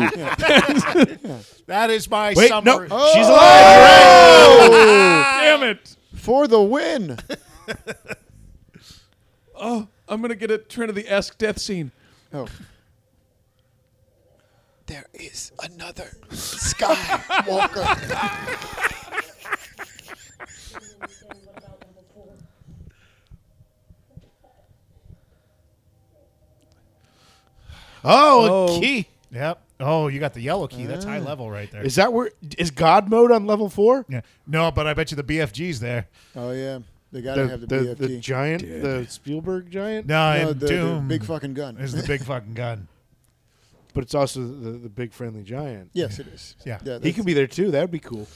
That is my Wait, no, summary. Oh, she's alive. [LAUGHS] Damn it! For the win. I'm gonna get a Trinity-esque death scene. Oh. There is another Skywalker. Then what about number four? Oh, Oh. a key. Ah. Yep. Oh, you got the yellow key. That's high level right there. Is that where is God mode on level four? yeah. No, but I bet you the BFG's there. oh yeah, they gotta The, have the, the, the BFG. giant, the Spielberg giant, No, No, and Oh, the, the Doom big fucking gun. is the big fucking gun. but it's also the, the big friendly giant. [LAUGHS] yes, it is. Yeah. he that's- could be there too. That would be cool.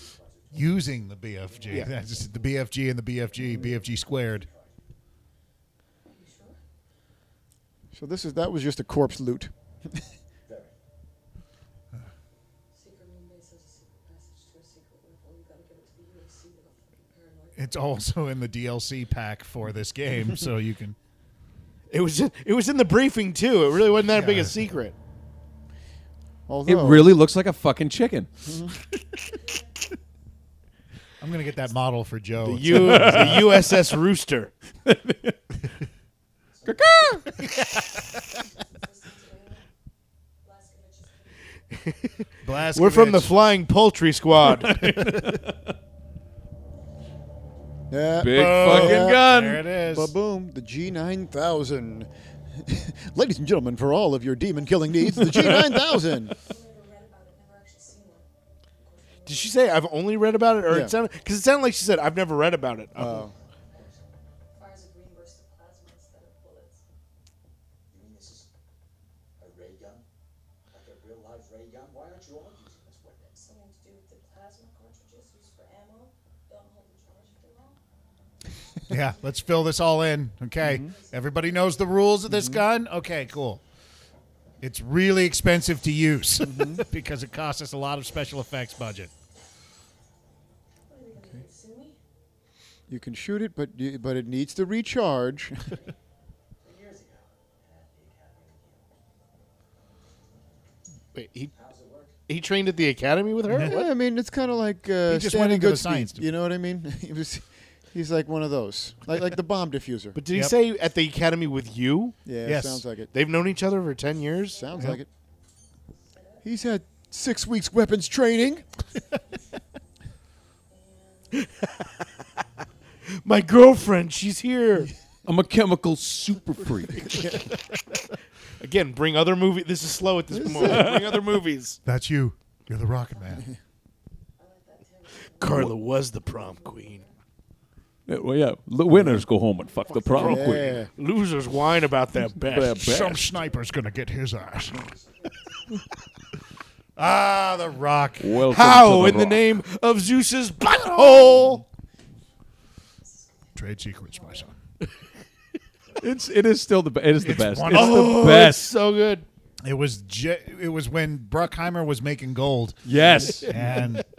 Using the BFG. Yeah. That's just the BFG and the BFG, BFG squared. So this is that was just a corpse loot. Secret moon base has a secret passage to a secret weapon. You gotta give it to the UFC. They're fucking paranoid. It's also in the DLC pack for this game, so you can. It was in, it was in the briefing too. It really wasn't that big a [LAUGHS] secret. It Although really looks like a fucking chicken. I'm gonna get that model for Joe. The, U, the USS Rooster. Last convention. Blazkowicz. We're from the Flying Poultry Squad. yeah, Big yeah. [LAUGHS] fucking There it gun. is. Ba boom, the G9000. [LAUGHS] Ladies and gentlemen, for all of your demon killing needs, the [LAUGHS] G9000. Never read about it. Never actually seen one. Of course, we Did she say I've only read about it, or Yeah. it sounded because it sounded like she said I've never read about it. Oh. know. fires a green burst of plasma instead of bullets. You mean this is a ray gun? Like a real life ray gun? Why aren't you all using this weapon? Something to do with the plasma cartridges used for ammo. Don't hold the charge for long. yeah, let's fill this all in. Okay, everybody knows the rules of this gun. Okay, cool. It's really expensive to use [LAUGHS] because it costs us a lot of special effects budget. What are they gonna do? Sue me? You can shoot it, but you, but it needs to recharge. Years ago, at the Academy of Healing. Wait, he How's it work? he trained at the academy with her. Yeah, [LAUGHS] I mean, it's kind of like uh, He just went Stanley into the Goodspeed, science You know what I mean? [LAUGHS] he was, he's like one of those, like like the bomb diffuser. But did he Yep. say at the academy with you? yeah, Yes. sounds like it. They've known each other for ten years. Sounds like it. He's had six weeks weapons training. My girlfriend, she's here. I'm a chemical [LAUGHS] super freak. [LAUGHS] Again, bring other movie. This is slow at this point. [LAUGHS] bring other movies. That's you. You're the Rocket [LAUGHS] Man. Carla was the prom queen. Yeah, well, yeah, the winners go home and fuck the prom queen. Yeah. Losers whine about that They're bet. Some bad. sniper's gonna get his ass. [LAUGHS] ah, the Rock. Welcome to How in the Rock. name of Zeus's [LAUGHS] butthole? Trade secrets, my son. It's it is still the be- it is the best. one It's of the That's best. Oh, so good. It was j- it was when Bruckheimer was making gold, Yes. and [LAUGHS]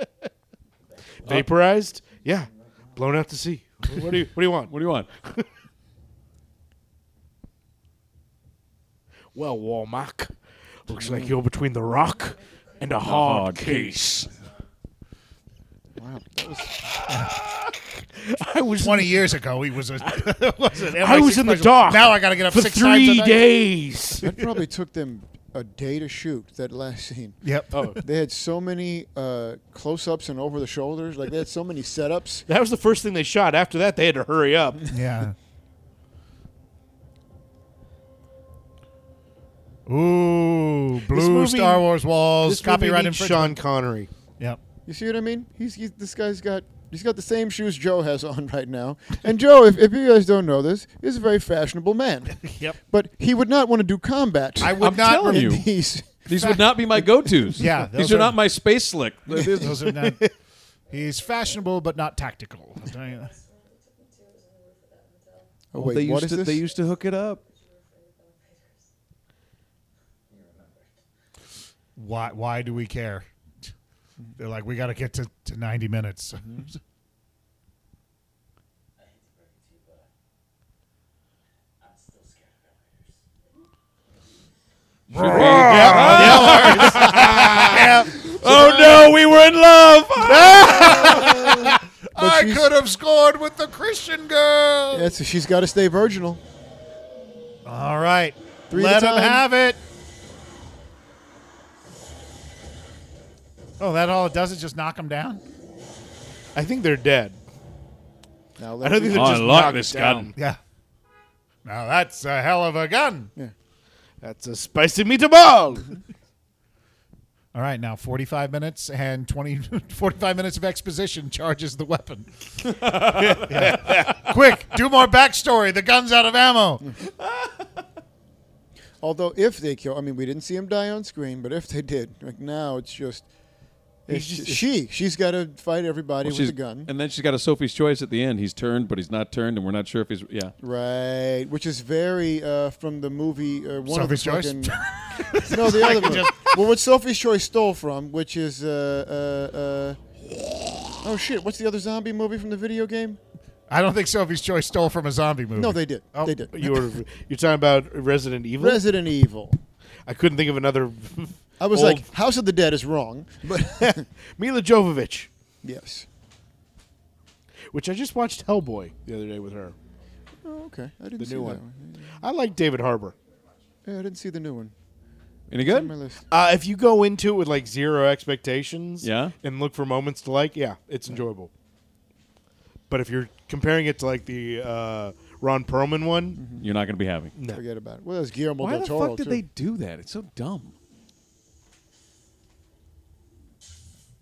Uh, Vaporized? Yeah. Blown out to sea. What do you What do you want? What do you [LAUGHS] want? Well, Walmart. Looks like you're between the rock and a hard case. Wow. I was Twenty years ago, he was a. [LAUGHS] was an I was NYC in the special. dark Now I got to get up for six times a three night. days. That probably took them a day to shoot that last scene. Yep. They had so many uh, close-ups and over the shoulders. Like they had so many setups. [LAUGHS] That was the first thing they shot. After that, they had to hurry up. Yeah. [LAUGHS] Ooh, blue movie- Star Wars walls, This movie copyright needs infringement. Sean Connery. Yep. You see what I mean? He's, he's this guy's got he's got the same shoes Joe has on right now. And Joe, if, if you guys don't know this, is a very fashionable man. Yep. But he would not want to do combat. I would I'm not. telling re- you. He's oh, These would not be my go-tos. Yeah, these those are, are- not my space [LAUGHS] slick. Those are [LAUGHS] not- he's fashionable but not tactical. I'll tell you that. oh, wait, they what used is to, this? They used to hook it [LAUGHS] up. Why? Why do we care? They're like, we got to get to, to ninety minutes. Ah! [LAUGHS] Oh no, we were in [LAUGHS] love. But she's- have scored with the Christian girl. That's, she's got to stay virginal. All right, Three let at a him time. have it. Oh, that all it does is just knock him down. I think they're dead. Now I let don't me- think they're Oh, I just like knocked this down. gun. Yeah. Now that's a hell of a gun. That's a spicy meatball. All right, now 45 minutes and [LAUGHS] 20, 45 minutes of exposition charges the weapon. Yeah. Quick, do more backstory. The gun's out of ammo. Although if they kill, I mean, we didn't see him die on screen, but if they did, like now it's just. It's He's just- she she's got to fight everybody with She's- a gun, And then she's got a Sophie's choice at the end. He's turned, but he's not turned, and we're not sure if he's yeah. right? Which is very uh, from the movie. Uh, one Sophie's of Choice? the fucking, no, the other one. well, what Sophie's Choice stole from, which is uh, uh, uh, oh shit, what's the other zombie movie from the video game? [LAUGHS] I don't think Sophie's Choice stole from a zombie movie. No, they did. Oh, They did. you were you're talking about Resident Evil. Resident Evil. I couldn't think of another. I was old- like, House of the Dead is wrong, but [LAUGHS] Mila Jovovich, [LAUGHS] yes. which I just watched Hellboy the other day with her. Oh, okay, I didn't The see new that one. one. I like David Harbour. Yeah, I didn't see the new one. Any It's on my good? list. Uh, if you go into it with like zero expectations, Yeah. and look for moments to like, yeah, it's enjoyable. But if you're comparing it to like the uh, Ron Perlman one, You're not going to be happy. Forget about it. Well, that was Guillermo Why del the Toro fuck did too. they do that? It's so dumb.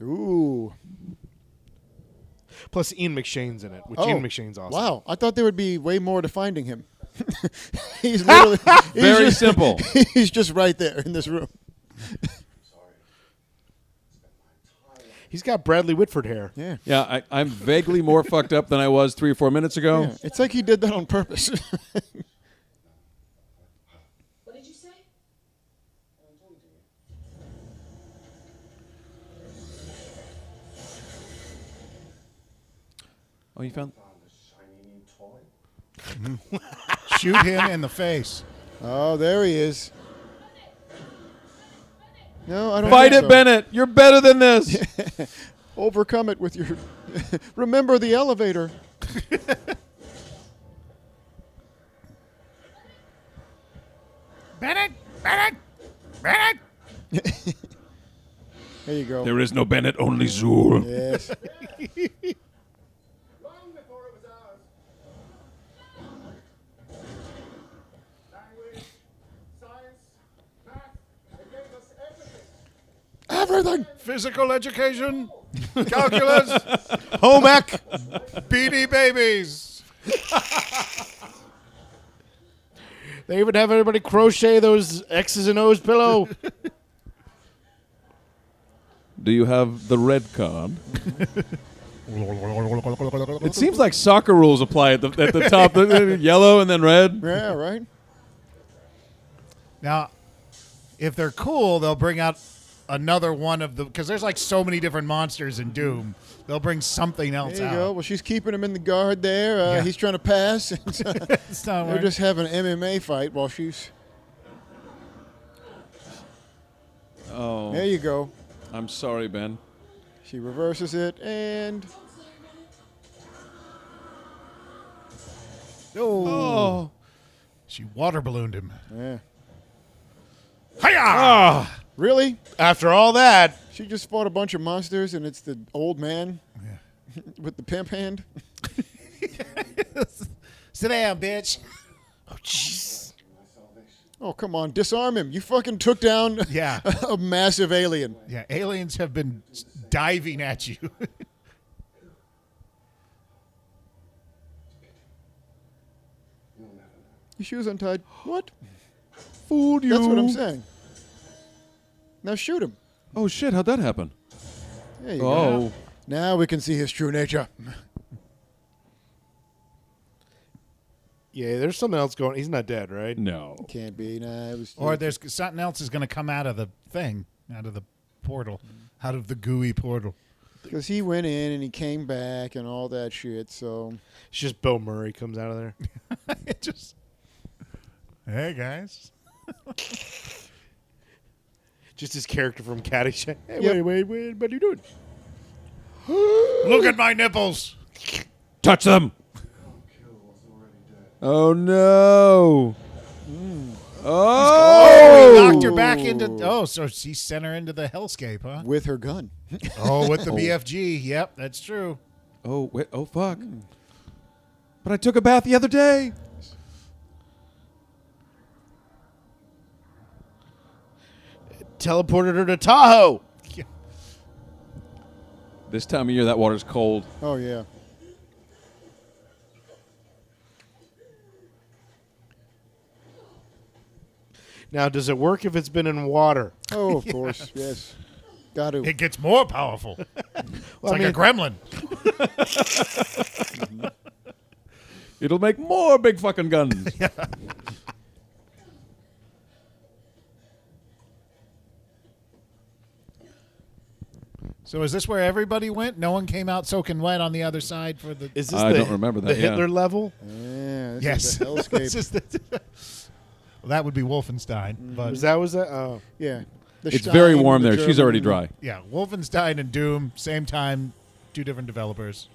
Ooh. plus Ian McShane's in it, which Ian McShane's awesome. Wow, I thought there would be way more to finding him. [LAUGHS] he's literally he's Very just- simple. [LAUGHS] He's just right there in this room. he's got Bradley Whitford hair. Yeah. Yeah, I, I'm [LAUGHS] vaguely more fucked up than I was three or four minutes ago. Yeah, It's like he did that on purpose. [LAUGHS] What did you say? Oh, [LAUGHS] you found? Shoot him in the face. oh, there he is. No, I don't Fight think it, so. Bennett. You're better [LAUGHS] than this. Overcome it with your [LAUGHS] Remember the elevator. Bennett! Bennett! Bennett! There you go. There is no Bennett, only Zool. [LAUGHS] yes. Long before it was ours. Language, science, math, they gave us everything. Everything. Physical education, calculus, [LAUGHS] Home ec. beady babies. They even have everybody crochet those X's and O's pillow. Do you have the red card? It seems like soccer rules apply at the, at the [LAUGHS] top. [LAUGHS] Yellow and then red. Yeah, right? Now, if they're cool, they'll bring out another one of the because there's like so many different monsters in Doom. They'll bring something else There you out. go. Well, she's keeping him in the guard there. Uh, Yeah. He's trying to pass. [LAUGHS] It's not They're working. just having an MMA fight while she's. Oh, There you go. I'm sorry, Ben. She reverses it and Oh, She water ballooned him. yeah. Hiya! Really? After all that, She just fought a bunch of monsters and it's the old man [LAUGHS] with the pimp hand. Sit down, bitch. Oh, come on, disarm him. You fucking took down [LAUGHS] Yeah. a massive alien. Yeah, aliens have been diving at you. [LAUGHS] Your shoes untied. What? fooled you. That's what I'm saying. Now shoot him. Oh shit, how'd that happen? There you go. Oh, Now we can see his true nature. [LAUGHS] yeah, there's something else going. He's not dead, right? no. Can't be. Nah, it was. or there's something else is going to come out of the thing, out of the portal, out of the gooey portal. [LAUGHS] because he went in and he came back and all that shit. So It's just Bill Murray comes out of there. [LAUGHS] it just. Hey guys. Just his character from Caddyshack. Hey, Yep. wait, wait, wait, what are you doing? Look at my nipples. Touch them. Oh no. Mm. We Oh. knocked her back into. Oh, so she sent her into the hellscape, huh? with her gun, Oh, with the BFG. Yep, that's true. Oh wait. Oh fuck. But I took a bath the other day. Teleported her to Tahoe. This time of year, that water's cold. oh yeah, Now, does it work if it's been in water? oh of course, yes, got to. It gets more [LAUGHS] powerful. It's Well, I like mean, a gremlin. It'll make more big fucking guns. So is this where everybody went? No one came out soaking wet on the other side for the. is this I the, don't remember the that, yeah. Hitler level? yeah, this yes. [LAUGHS] is the This hellscape. is the- well, that would be Wolfenstein, but Was that was that? Oh, yeah, The It's very Stein, warm the there. She's German- already dry. yeah, Wolfenstein and Doom, same time, two different developers.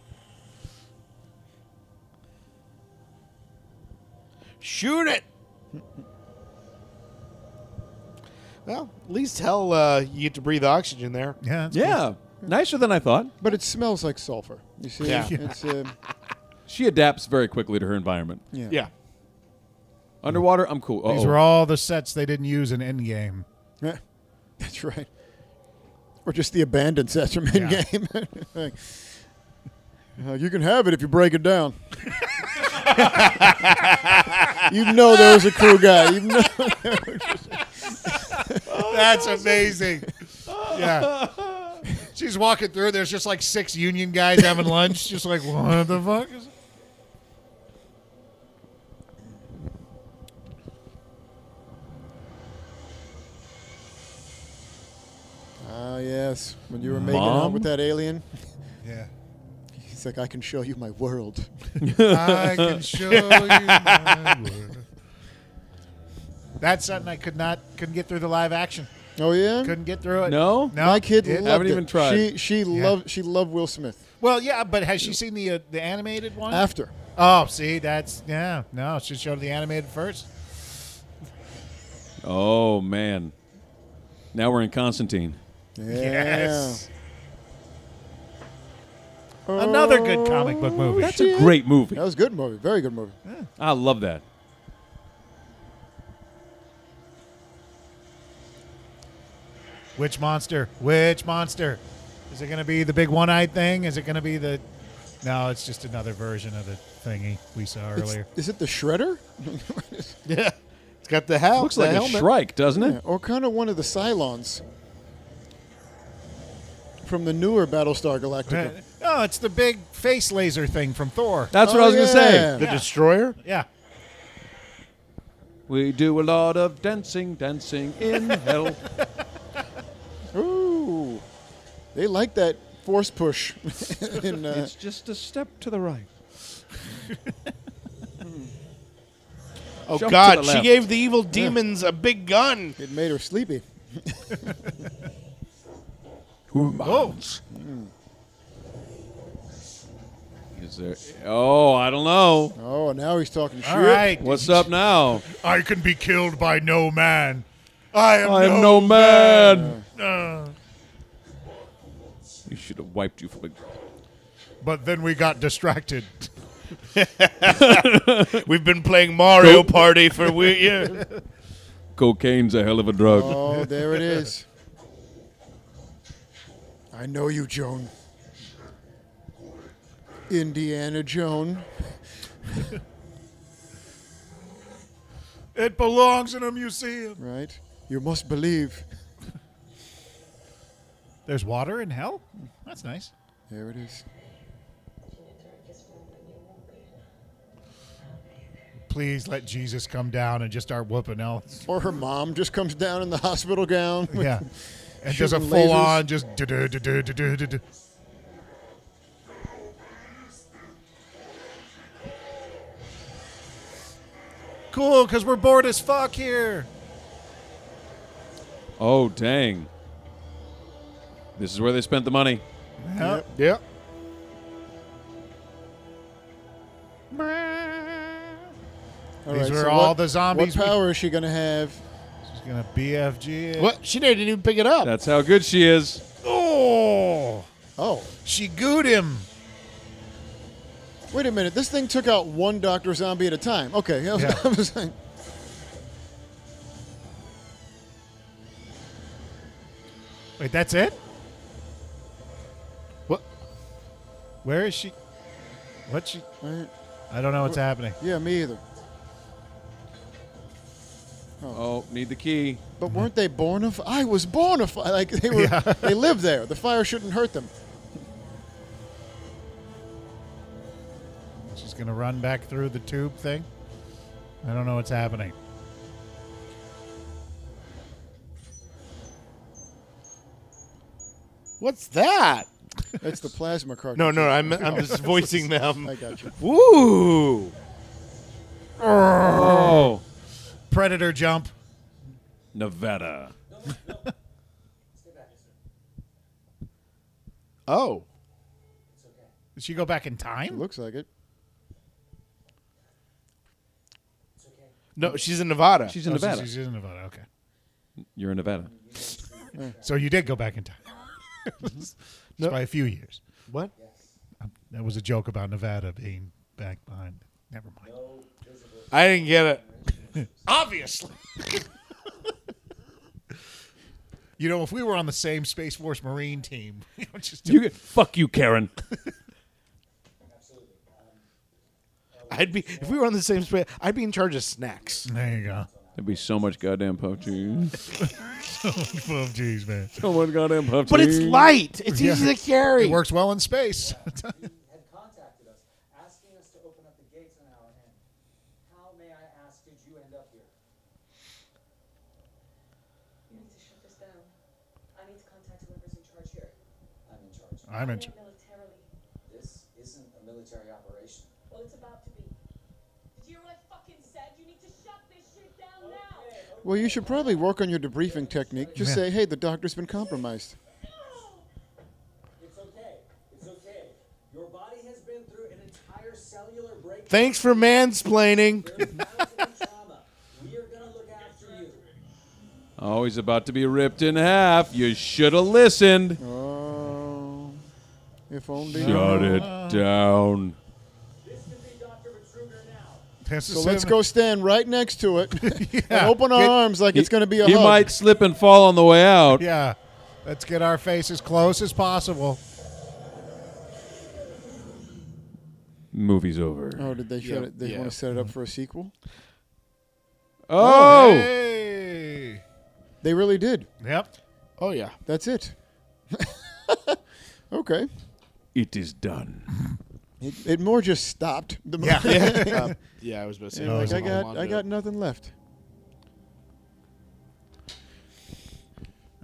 shoot it! well, at least hell, uh, you get to breathe oxygen there. Yeah, that's Yeah, nicer than I thought. But it smells like sulfur. You see, Yeah. it's uh, She adapts very quickly to her environment. yeah. Yeah. Underwater, I'm cool. cool. These Uh-oh. were all the sets they didn't use in Endgame. Yeah, [LAUGHS] that's right. Or just the abandoned sets from Endgame. [LAUGHS] Like, uh, you can have it if you break it down. [LAUGHS] you know there was a crew guy. You know, [LAUGHS] That's amazing. [LAUGHS] yeah. She's walking through. There's just like six union guys having lunch. Just like, what the fuck [LAUGHS] is. Ah, yes. When you were making out Mom? with that alien, Yeah. he's like, "I can show you my world." I [LAUGHS] can show you my world. That's something I could not couldn't get through the live action. Oh yeah. Couldn't get through it. No? no. My kid It- loved Haven't it. even tried. She she loved she loved Will Smith. Well, yeah, but has she seen the uh, the animated one? After oh, see, that's yeah. No, she showed the animated first. Oh man, now we're in Constantine. Yes. Another good comic book movie. That's a great movie. That was a good movie. Very good movie. I love that. Which monster? Which monster? Is it going to be the big one-eyed thing? Is it going to be the? No, it's just another version of the thingy we saw It's- earlier. Is it the Shredder? Yeah. [LAUGHS] It's got the hell. Looks like a Shrike, doesn't Yeah, it? or kind of one of the Cylons from the newer Battlestar Galactica. Oh, it's the big face laser thing from Thor. That's what I was Oh, gonna say. yeah. The destroyer. Yeah. We do a lot of dancing, dancing in hell. Ooh, they like that force push. [LAUGHS] in, uh, It's just a step to the right. Oh Jump to God, the she left. Oh, gave the evil demons a big gun. it made her sleepy. Oh, humans. Is there? Oh, I don't know. Oh, now he's talking shit. All [LAUGHS] right. What's up now? I can be killed by no man. I am, I am no, no man. Uh, You should have wiped you from. but then we got distracted. We've been playing Mario Party for [LAUGHS] we- yeah. Cocaine's a hell of a drug. Uh. Oh, there it is. [LAUGHS] I know you, Joan. Indiana Joan. It belongs in a museum. Right. You must believe. There's water in hell? That's nice. There it is. Please let Jesus come down and just start whooping hell. Or her mom just comes down in the hospital gown. [LAUGHS] Yeah. And just a Shooting full on just. du-du-du-du-du-du-du. Cool, because we're bored as fuck here. Oh, dang. This is where they spent the money. Huh? Yep. All These were so all what- the zombies we- What power is she gonna have? It's gonna BFG. it. What? She didn't even pick it up. That's how good she is. Oh, Oh, she gooed him. wait a minute. This thing took out one Doctor Zombie at a time. Okay. [LAUGHS] I was, Yeah. I was like, Wait, that's it? What? Where is she? What she? all right. I don't know what's happening. Yeah, me either. Oh, need the key. But weren't they born of? I was born of. fi- Like they [LAUGHS] were. Yeah. They live there. The fire shouldn't hurt them. She's gonna run back through the tube thing. I don't know what's happening. What's that? That's the plasma cartridge. No, no, [LAUGHS] I'm, I'm just voicing them. I got you. Ooh. Oh, Predator jump. Nevada. Oh. Did she go back in It time? looks like it. No, she's in Nevada. She's in Oh, so Nevada. She's in Nevada. Okay. You're in Nevada. So you did go back in time. [LAUGHS] No. Just by a few years. Um, what? That was a joke about Nevada being back behind. Never mind. I didn't get it. Obviously. [LAUGHS] you know, if we were on the same Space Force Marine team, [LAUGHS] we would just do You fuck you, Karen. I'd be if we were on the same space. I'd be in charge of snacks. There you go. [LAUGHS] There'd be so much goddamn puff cheese. Oh, jeez, man. [LAUGHS] So much goddamn puff But it's cheese. light. It's easy to carry. It works well in space. [LAUGHS] had contacted us, asking us to open up the gates on our end. How, may I ask, did you end up here? You need to shut this down. I need to contact whoever's in charge here. I'm in charge. I'm in. Not Militarily. This isn't a military operation. Well, it's about to be. Did you hear what I fucking said? You need to shut this shit down now. Well, you should probably work on your debriefing technique. Just say, "Hey, the doctor's been compromised." It's okay. It's okay. Your body has been through an entire cellular breakdown. Thanks for mansplaining. There's mounting trauma. We are gonna look after you. Oh, he's about to be ripped in half. You should have listened. Oh, if only. Shut it down. This could be Dr. Betruger now. This So is let's him. go stand right next [LAUGHS] to it and open our arms like it's going to be a He hug. might slip and fall on the way out. Yeah. Let's get our face as close as possible. Movie's over. Oh, did they shut it? They yeah. want to set it up for a sequel? Oh, Hey. They really did. Yep. Oh yeah. That's it. [LAUGHS] okay. it is done. It, it more just stopped. The movie. [LAUGHS] Um, Yeah. yeah, I was about to say. Yeah, like I don't got, want I to- got nothing left.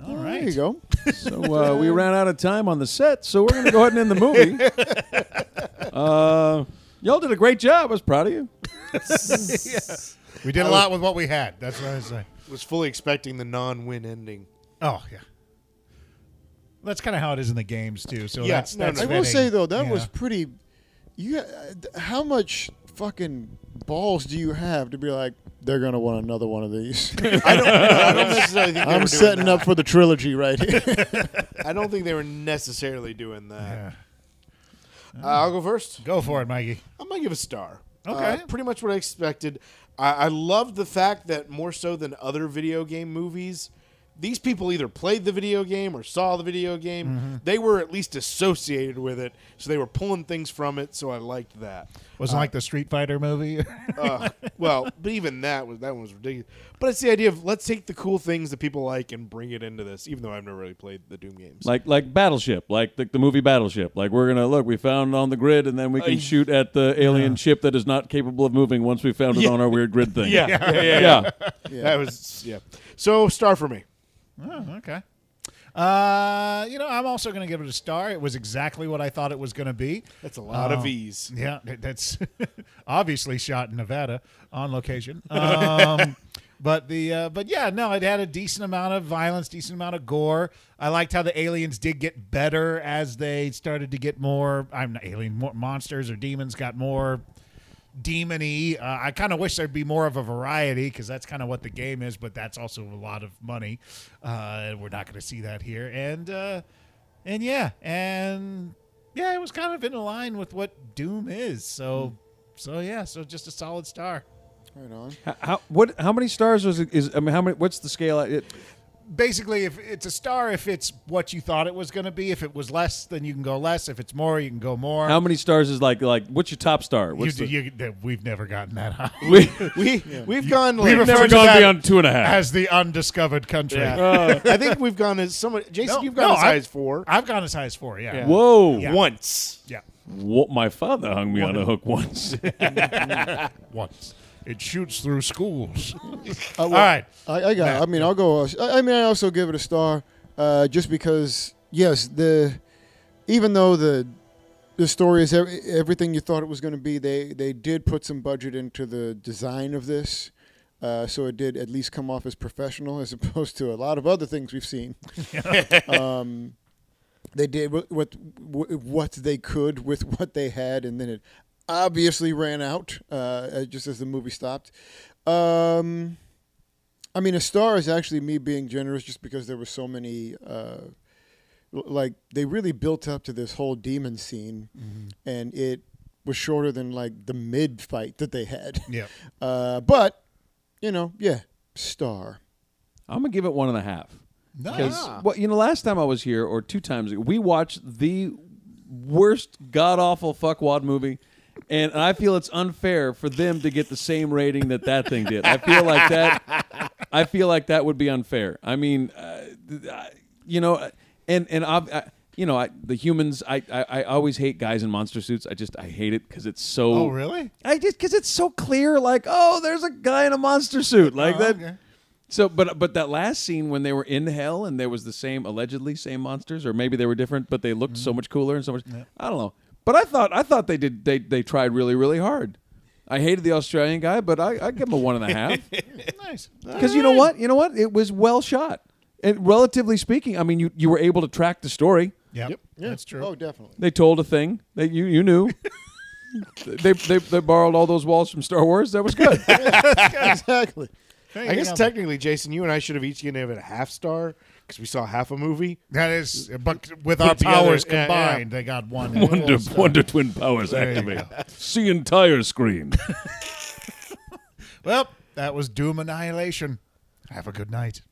All There you right. go. So uh, we ran out of time on the set, so we're going to go ahead and end the movie. [LAUGHS] Uh, y'all did a great job. I was proud of you. We did a lot with what we had. That's what I was saying. was fully expecting the non-win ending. Oh, yeah. That's kind of how it is in the games too. So Yeah, that's, no, that's no. I will fitting. say though that was Yeah. pretty. You, uh, d- how much fucking balls do you have to be like? They're gonna want another one [LAUGHS] of these. I don't- I [LAUGHS] don't necessarily think they I'm were doing setting that. up for the trilogy right here. [LAUGHS] I don't think they were necessarily doing that. Uh, I'll go first. Go for it, Mikey. I'm gonna give a star. Okay. Uh, pretty much what I expected. I, I love the fact that more so than other video game movies, these people either played the video game or saw the video game. Mhm. They were at least associated with it, so they were pulling things from it. So I liked that. Wasn't like the Street Fighter [LAUGHS] movie. uh, [LAUGHS] well, but even that was that one was ridiculous. But it's the idea of let's take the cool things that people like and bring it into this, even though I've never really played the Doom games. Like like Battleship, like the, the movie Battleship. Like we're gonna look, we found it on the grid, and then we can Uh, shoot at the alien ship that is not capable of moving once we found it Yeah. on our weird grid [LAUGHS] thing. Yeah, yeah, yeah, yeah. That was yeah. So star for me. Oh, okay. Uh, you know, I'm also going to give it a star. It was exactly what I thought it was going to be. That's a lot Oh. of Vs. Yeah, that- that's [LAUGHS] obviously shot in Nevada on location. Um, but the uh, but yeah, no, it had a decent amount of violence, decent amount of gore. I liked how the aliens did get better as they started to get more. I'm not alien more monsters or demons got more demony. Uh, I kind of wish there'd be more of a variety because that's kind of what the game is, but that's also a lot of money. Uh, we're not going to see that here, and uh, and yeah, and yeah, it was kind of in line with what Doom is. Hmm. So so yeah, so just a solid star. Right on. How, how what how many stars was it? Is I mean how many? What's the scale? It, Basically, if it's a star, if it's what you thought it was going to be, if it was less, then you can go less. If it's more, you can go more. how many stars is like like what's your top star? You, What's do the- you, that- we've never gotten that [LAUGHS] high. We- we- we've gone, [LAUGHS] we like- refer Never to gone that beyond two and a half. as the undiscovered country. Yeah. I think we've gone as someone. Jason, No, you've gone no, as high I- as four. I've gone as high as four. Yeah. Whoa! Yeah. Once. Yeah. What my father hung me on a [LAUGHS] hook once. Once. It shoots through schools. Uh, well, All right. I, I got. I mean, I'll go. I, I mean, I also give it a star, uh, just because. Yes, the even though the the story is ev- everything you thought it was going to be, they they did put some budget into the design of this. Uh, so it did at least come off as professional, as [LAUGHS] opposed to a lot of other things we've seen. um, they did what, what what they could with [LAUGHS] what they had, and then it obviously ran out uh, just as the movie stopped. Um, I mean, a star is actually me being generous, just because there were so many. Uh, l- like they really built up to this whole demon scene, Mm-hmm. and it was shorter than like the mid fight that they had. Yeah. [LAUGHS] Uh, but you know, yeah, star. I'm gonna give it one and a half. Because Nice. well, you know, last time I was here, or two times, ago, we watched the worst god awful fuckwad movie, and I feel it's unfair for them to get the same rating that that thing did. I feel [LAUGHS] like that. I feel like that would be unfair. I mean, uh, th- I- you know, and and I've, I, you know, I, the humans. I, I I always hate guys in monster suits. I just I hate it because it's so. Oh, really? I just because it's so clear, like, oh, there's a guy in a monster suit, like Oh, that. okay. So, but but that last scene when they were in hell and there was the same allegedly same monsters, or maybe they were different, but they looked Mm-hmm. so much cooler and so much. I don't know. But I thought I thought they did they they tried really really hard. I hated the Australian guy, but I I give him a one and a half [LAUGHS] nice. because you know what you know what it was well shot. And relatively speaking, I mean you you were able to track the story. Yep. That's true. [LAUGHS] Oh, definitely. They told a thing that you you knew. they, they they borrowed all those walls from Star Wars. That was good. exactly. Hey, I you guess know. technically, Jason, you and I should have each given it a half star because we saw half a movie. That is, but with Put our together, powers yeah, yeah. combined, they got one. [LAUGHS] Wonder, full star. Wonder Twin powers There you activate. See entire screen. Well, that was Doom Annihilation. Have a good night.